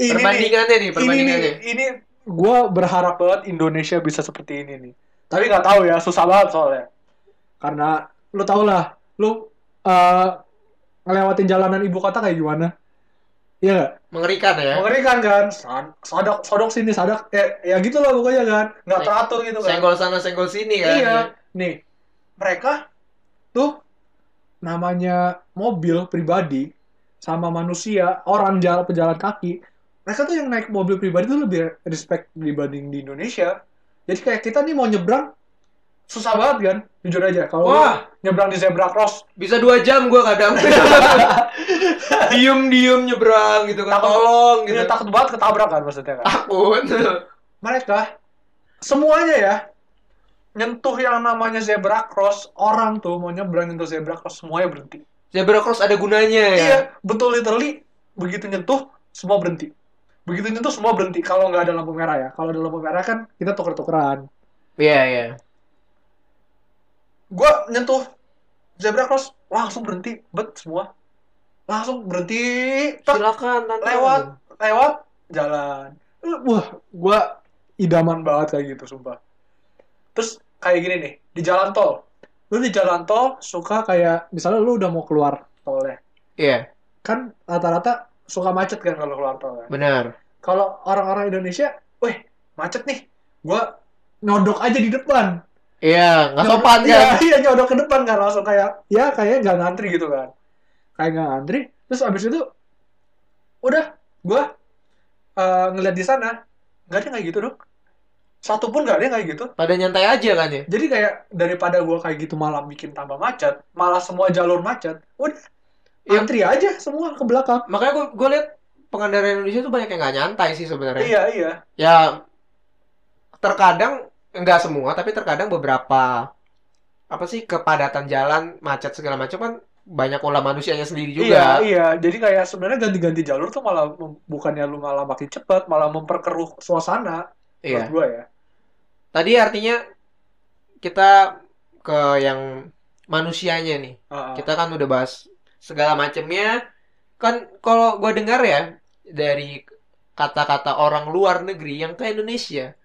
Ini nih,
perbandingannya nih,
ini nih,
perbandingannya.
ini gua berharap banget Indonesia bisa seperti ini nih. Tapi nggak tahu ya, susah banget soalnya. Karena lu tau lah, lu eh, ngelewatin jalanan ibu kota kayak gimana? Iya nggak?
Mengerikan ya.
Mengerikan kan? Sad- Sodok, sodok sini, sadok. Ya, ya gitu lah pokoknya kan. Nggak
Seng-
teratur gitu kan.
Senggol sana, senggol sini kan.
Iya. Nih, mereka tuh namanya mobil pribadi sama manusia, orang jalan pejalan kaki. Mereka tuh yang naik mobil pribadi tuh lebih respect dibanding di Indonesia. Jadi kayak kita nih mau nyebrang susah banget kan, jujur aja. Kalau lu
Wah,
nyebrang di zebra cross,
bisa dua jam gue
*laughs*
kadang. diem diem nyebrang gitu kan.
Takut.
Tolong gitu.
ini takut banget ketabrak kan maksudnya kan. *laughs*
Takut.
mereka semuanya ya nyentuh yang namanya zebra cross orang tuh mau nyebrang nyentuh zebra cross semuanya berhenti
Zebra cross ada gunanya ya.
iya betul literally begitu nyentuh semua berhenti begitu nyentuh semua berhenti kalau nggak ada lampu merah ya kalau ada lampu merah kan kita tuker tukeran
Iya, iya.
gue nyentuh zebra cross langsung berhenti bet semua langsung berhenti tek,
Silakan tante.
lewat lewat jalan wah gua idaman banget kayak gitu sumpah terus kayak gini nih di jalan tol lu di jalan tol suka kayak misalnya lu udah mau keluar tolnya
Iya,
kan rata-rata suka macet kan kalau keluar tol ya.
benar.
kalau orang-orang Indonesia weh macet nih gua nyodok aja di depan
Iya, nggak sopan
Iya,
kan.
iya nyodok ke depan kan langsung kayak ya kayak nggak ngantri gitu kan kayak nggak ngantri terus abis itu udah gua eh, ngeliat di sana nggak ada kayak gitu dong satu pun nggak ada yang kayak gitu
Pada nyantai aja kan ya?
jadi kayak daripada gua kayak gitu malah bikin tambah macet malah semua jalur macet udah
Iya.
antri aja semua ke belakang
Makanya gue gue lihat pengendara Indonesia tuh banyak yang nggak nyantai sih sebenarnya.
iya iya
Ya terkadang nggak semua, tapi terkadang beberapa apa sih kepadatan jalan, macet segala macam kan banyak ulah manusianya sendiri juga.
Iya, iya. Jadi kayak sebenarnya ganti-ganti jalur tuh malah mem- bukannya lu malah makin cepat, malah memperkeruh suasana
Iya.
menurut gua ya.
Tadi artinya kita ke yang manusianya nih.
Heeh.
Kita kan udah bahas segala macamnya. Kan kalau gue dengar ya dari kata-kata orang luar negeri yang ke Indonesia.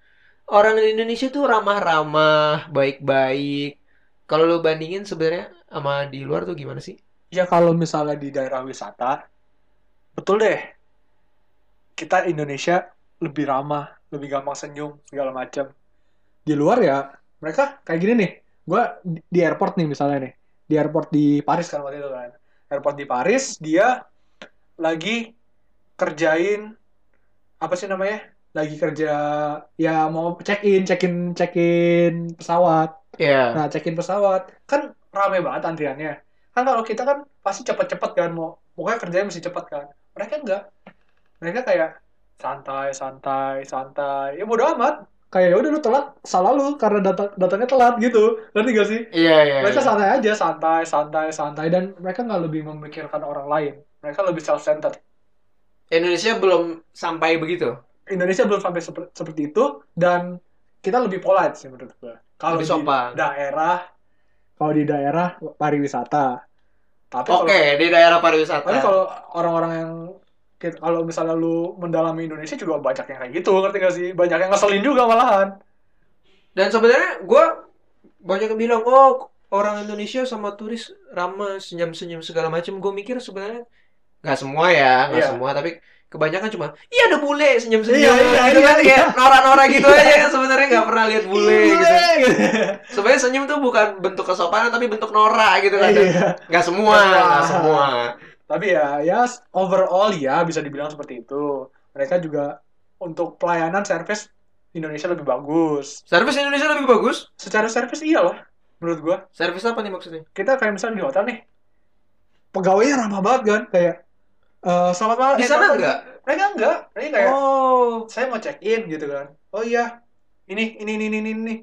Orang di Indonesia tuh ramah-ramah, baik-baik. Kalau lu bandingin sebenarnya sama di luar tuh gimana sih?
Ya kalau misalnya di daerah wisata, betul deh. Kita Indonesia lebih ramah, lebih gampang senyum segala macam. Di luar ya mereka kayak gini nih. Gua di di airport nih misalnya nih. Di airport di Paris kan waktu itu kan. Airport di Paris dia lagi kerjain apa sih namanya? Lagi kerja ya mau check in, check in, check in pesawat.
Iya.
Nah, check-in pesawat kan rame banget antriannya. Kan kalau kita kan pasti cepet-cepet kan mau pokoknya kerjanya mesti cepet kan. Mereka enggak. Mereka kayak santai, santai, santai. Ya bodo amat. Kayak ya udah lu telat, salah lu karena datang datangnya telat gitu. Ngerti gak sih?
Iya, iya.
Mereka
iya.
santai aja, santai, santai, santai dan mereka nggak lebih memikirkan orang lain. Mereka lebih self-centered.
Indonesia belum sampai begitu.
Indonesia belum sampai seper- seperti itu dan kita lebih polite sih menurut gue. Kalau
Lebih
di
sopan.
daerah, kalau di daerah pariwisata. Tapi
Oke,
kalau
di daerah
tapi
pariwisata.
kalau orang-orang yang kayak- kalau misalnya lu mendalami Indonesia juga banyak yang kayak gitu, ngerti gak sih? Banyak yang ngeselin juga malahan.
Dan sebenarnya gue banyak yang bilang, oh orang Indonesia sama turis ramah, senyum-senyum segala macam. Gue mikir sebenarnya nggak semua ya, nggak
Iya.
semua, tapi kebanyakan cuma, iya ada bule senyum-senyum,
Iya, iya,
gitu
iya,
kan,
iya.
kayak norak-norak gitu aja kan sebenarnya nggak pernah lihat bule gitu.
*laughs* gitu.
Sebenarnya senyum tuh bukan bentuk kesopanan, tapi bentuk norak gitu kan.
Iya.
Nggak semua, nggak
Wah.
semua.
Tapi ya, ya overall ya bisa dibilang seperti itu. Mereka juga untuk pelayanan servis Indonesia lebih bagus.
Servis Indonesia lebih bagus.
Secara servis iya loh, menurut gua.
Servis apa nih maksudnya?
kita kayak misalnya di hotel nih pegawainya ramah banget kan kayak eh selamat malam
Di
eh,
sana
selamat-
nggak?
mereka enggak mereka kayak
Oh,
saya mau check in gitu kan oh iya ini ini ini ini ini, ini.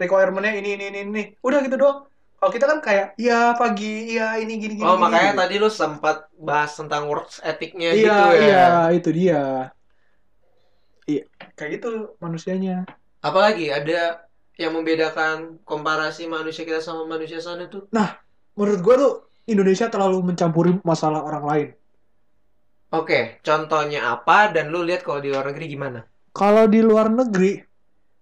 requirementnya ini ini ini ini udah gitu doang kalau kita kan kayak iya pagi iya ini gini gini
oh
gini,
makanya
gitu.
tadi lu sempat bahas tentang works etiknya
iya
gitu ya.
iya itu dia iya kayak gitu manusianya
apalagi ada yang membedakan komparasi manusia kita sama manusia sana tuh
menurut gua tuh Indonesia terlalu mencampuri masalah orang lain
oke contohnya apa dan lu lihat kalau di luar negeri gimana
kalau di luar negeri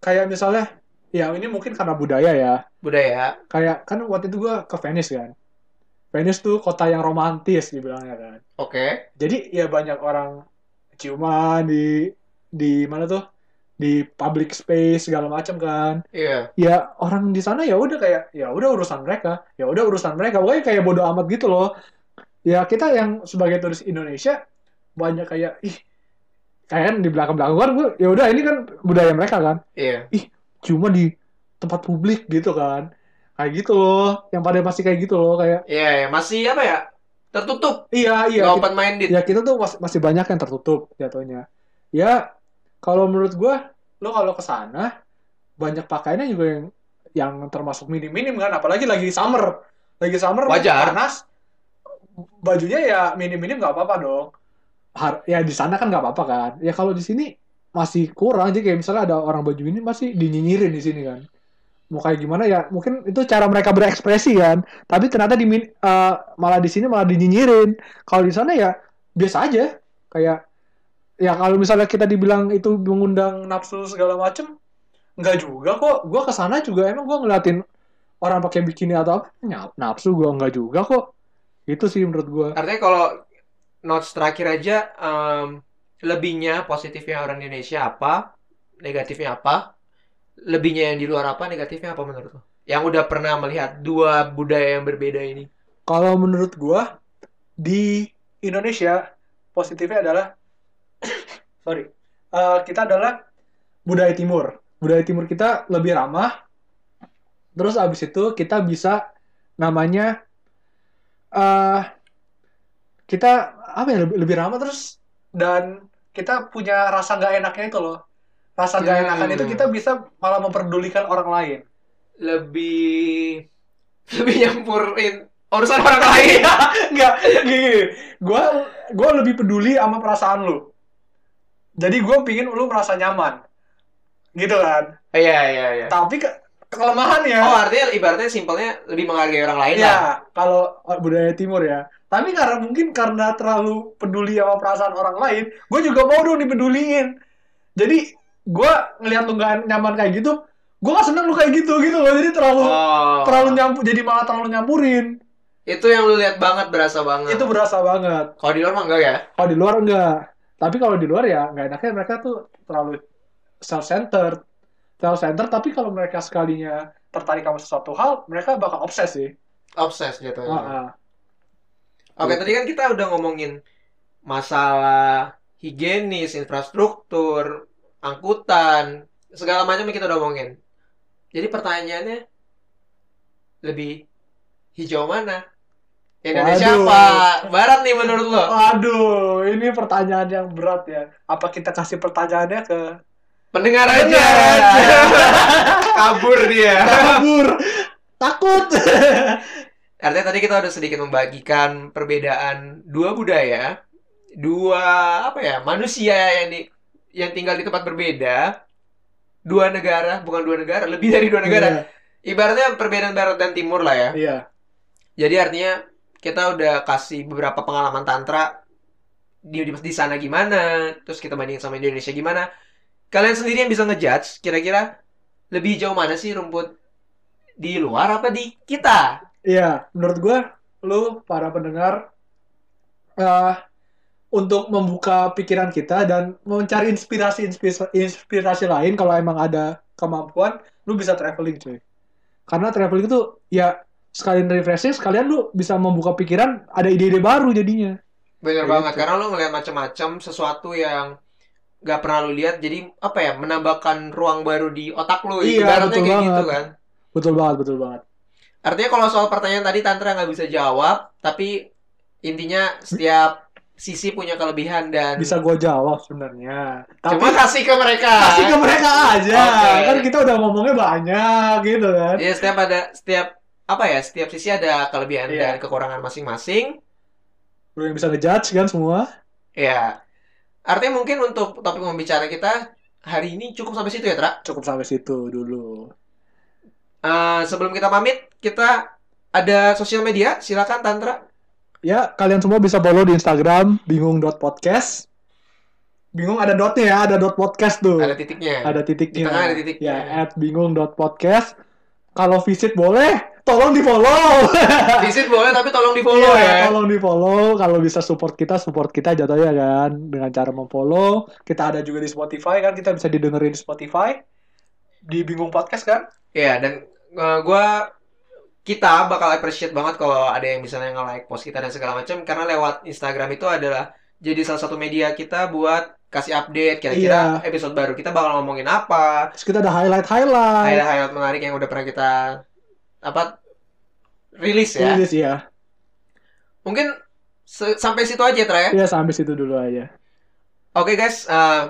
kayak misalnya ya ini mungkin karena budaya ya
budaya
kayak kan waktu itu gua ke Venice kan Venice tuh kota yang romantis dibilangnya kan
oke
jadi ya banyak orang ciuman di di mana tuh di public space segala macam kan
iya
ya orang di sana ya udah kayak ya udah urusan mereka ya udah urusan mereka pokoknya kayak bodo amat gitu loh ya kita yang sebagai turis Indonesia banyak kayak ih kayak di belakang belakang kan gua, ya udah ini kan budaya mereka kan
iya
cuma di tempat publik gitu kan kayak gitu loh yang pada pasti kayak gitu loh kayak
iya iya. masih apa ya tertutup
iya iya
nggak
kita,
open minded
ya kita tuh mas- masih banyak yang tertutup jatuhnya ya kalau menurut gua lo kalau ke sana banyak pakaiannya juga yang yang termasuk minim-minim kan apalagi lagi summer lagi summer
Wajar.
panas bajunya ya minim-minim nggak apa-apa dong Har- ya di sana kan nggak apa-apa kan ya kalau di sini masih kurang jadi kayak misalnya ada orang baju minim masih dinyinyirin di sini kan mau kayak gimana ya mungkin itu cara mereka berekspresi kan tapi ternyata di min- eh, malah di sini malah dinyinyirin kalau di sana ya biasa aja kayak ya kalau misalnya kita dibilang itu mengundang nafsu segala macem nggak juga kok gua kesana juga emang gua ngeliatin orang pakai bikini atau apa nyap nafsu gua nggak juga kok itu sih menurut gua
artinya kalau notes terakhir aja em, lebihnya positifnya orang Indonesia apa negatifnya apa lebihnya yang di luar apa negatifnya apa menurut lo yang udah pernah melihat dua budaya yang berbeda ini
kalau menurut gua di Indonesia positifnya adalah *coughs* sorry eh, kita adalah budaya timur. Budaya timur kita lebih ramah. Terus abis itu kita bisa namanya eh kita apa ya lebih, lebih ramah terus dan kita punya rasa nggak enaknya itu loh. Rasa nggak
Hmm.
enakan itu kita bisa malah memperdulikan orang lain.
lebih lebih nyampurin urusan orang lain
Enggak, gini, gue gue lebih peduli sama perasaan lu. Jadi gue pingin lu merasa nyaman, gitu kan.
*laughs* iya iya iya
Tapi ke, kelemahannya,
oh iya. artinya ibaratnya simpelnya lebih menghargai orang lain lah
ya kalau budaya timur ya. Tapi karena mungkin karena terlalu peduli sama perasaan orang lain, gue juga mau dong dipeduliin. Jadi gue ngelihat lu gak nyaman kayak gitu, gue gak seneng lu kayak gitu gitu loh. Jadi terlalu
oh
terlalu nyampu, jadi malah terlalu nyampurin.
itu yang lu lihat banget berasa banget
Itu berasa banget.
kalau di luar mah enggak ya
Kalau di luar enggak. Tapi kalau di luar ya nggak enaknya mereka tuh terlalu self-centered. Self-centered tapi kalau mereka sekalinya tertarik sama sesuatu hal, mereka bakal obses sih.
obses gitu. jatuhnya
Heeh.
Oke, tadi kan kita udah ngomongin masalah higienis, infrastruktur, angkutan, segala macam yang kita udah ngomongin. Jadi pertanyaannya lebih hijau mana? Indonesia
Waduh.
apa barat nih menurut lo?
Aduh, ini pertanyaan yang berat ya. Apa kita kasih pertanyaannya ke
Pendengar *laughs* aja.
Pendengar aja.
Kabur dia.
kabur? Takut.
Artinya tadi kita udah sedikit membagikan perbedaan dua budaya, dua apa ya manusia yang di yang tinggal di tempat berbeda, dua negara bukan dua negara lebih dari dua negara. Ibaratnya perbedaan barat dan timur lah ya.
Iya, Iya.
Jadi artinya kita udah kasih beberapa pengalaman tantra di, di, di sana gimana, terus kita bandingin sama Indonesia gimana. Kalian sendiri yang bisa ngejudge kira-kira lebih jauh mana sih rumput di luar apa di kita?
Iya, menurut gua lu para pendengar eh untuk membuka pikiran kita dan mencari inspirasi inspirasi lain kalau emang ada kemampuan, lu bisa traveling cuy. Karena traveling itu ya sekalian refreshing, sekalian lu bisa membuka pikiran, ada ide-ide baru jadinya.
Bener
Kayak
banget,
gitu.
karena lo ngeliat macam-macam sesuatu yang gak pernah lo lihat, jadi apa ya, menambahkan ruang baru di otak lo,
Iya,
ibaratnya
betul
kayak gitu
banget.
kan.
Betul banget, betul banget.
Artinya kalau soal pertanyaan tadi Tantra nggak bisa jawab, tapi intinya setiap sisi punya kelebihan dan
Bisa gua jawab sebenarnya. Tapi
cuma kasih ke mereka.
kasih ke mereka aja.
Oke.
Kan kita udah ngomongnya banyak gitu kan.
Iya, setiap ada setiap apa ya, setiap sisi ada kelebihan
Iya.
dan kekurangan masing-masing.
Lu yang bisa ngejudge kan semua.
Ya. Artinya mungkin untuk topik pembicaraan kita hari ini cukup sampai situ ya, Tra?
Cukup sampai situ dulu.
Eh, sebelum kita pamit, kita ada sosial media. Silakan Tantra.
Ya, kalian semua bisa follow di Instagram bingung.podcast. Bingung ada dotnya ya, ada dot podcast tuh.
Ada
Ada,
titiknya.
titiknya.
Di tengah ada titiknya.
Ya, at bingung.podcast. Kalau visit boleh, tolong di-follow.
Visit boleh tapi tolong di follow
Iya,
ya.
Tolong di-follow. Kalau bisa support kita, support kita jatuhnya kan dengan cara memfollow. Kita ada juga di Spotify kan, kita bisa didengerin di Spotify. Di Bingung Podcast kan?
Iya dan eh, gua kita bakal appreciate banget kalau ada yang misalnya nge-like post kita dan segala macam karena lewat Instagram itu adalah jadi salah satu media kita buat kasih update
Iya.
kira-kira episode baru kita bakal ngomongin apa,
Terus kita ada highlight-highlight.
highlight-highlight menarik yang udah pernah kita apa rilis ya.
Tulis ya.
Mungkin se- sampai situ aja Tra ya.
Ya, sampai situ dulu aja.
Oke guys, eh,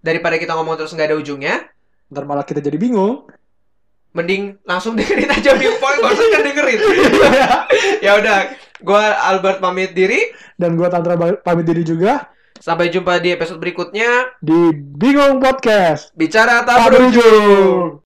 daripada kita ngomong terus nggak ada ujungnya,
Ntar malah kita jadi bingung.
mending langsung *laughs* dengerin aja Viewpoint, barusan
Iya.
kan
*laughs*
dengerin. ya udah, gue Albert pamit diri.
dan gue Tantra ba- pamit diri juga
Sampai jumpa di episode berikutnya.
di Bingung Podcast.
Bicara tak
Tak
berujung.
berujung.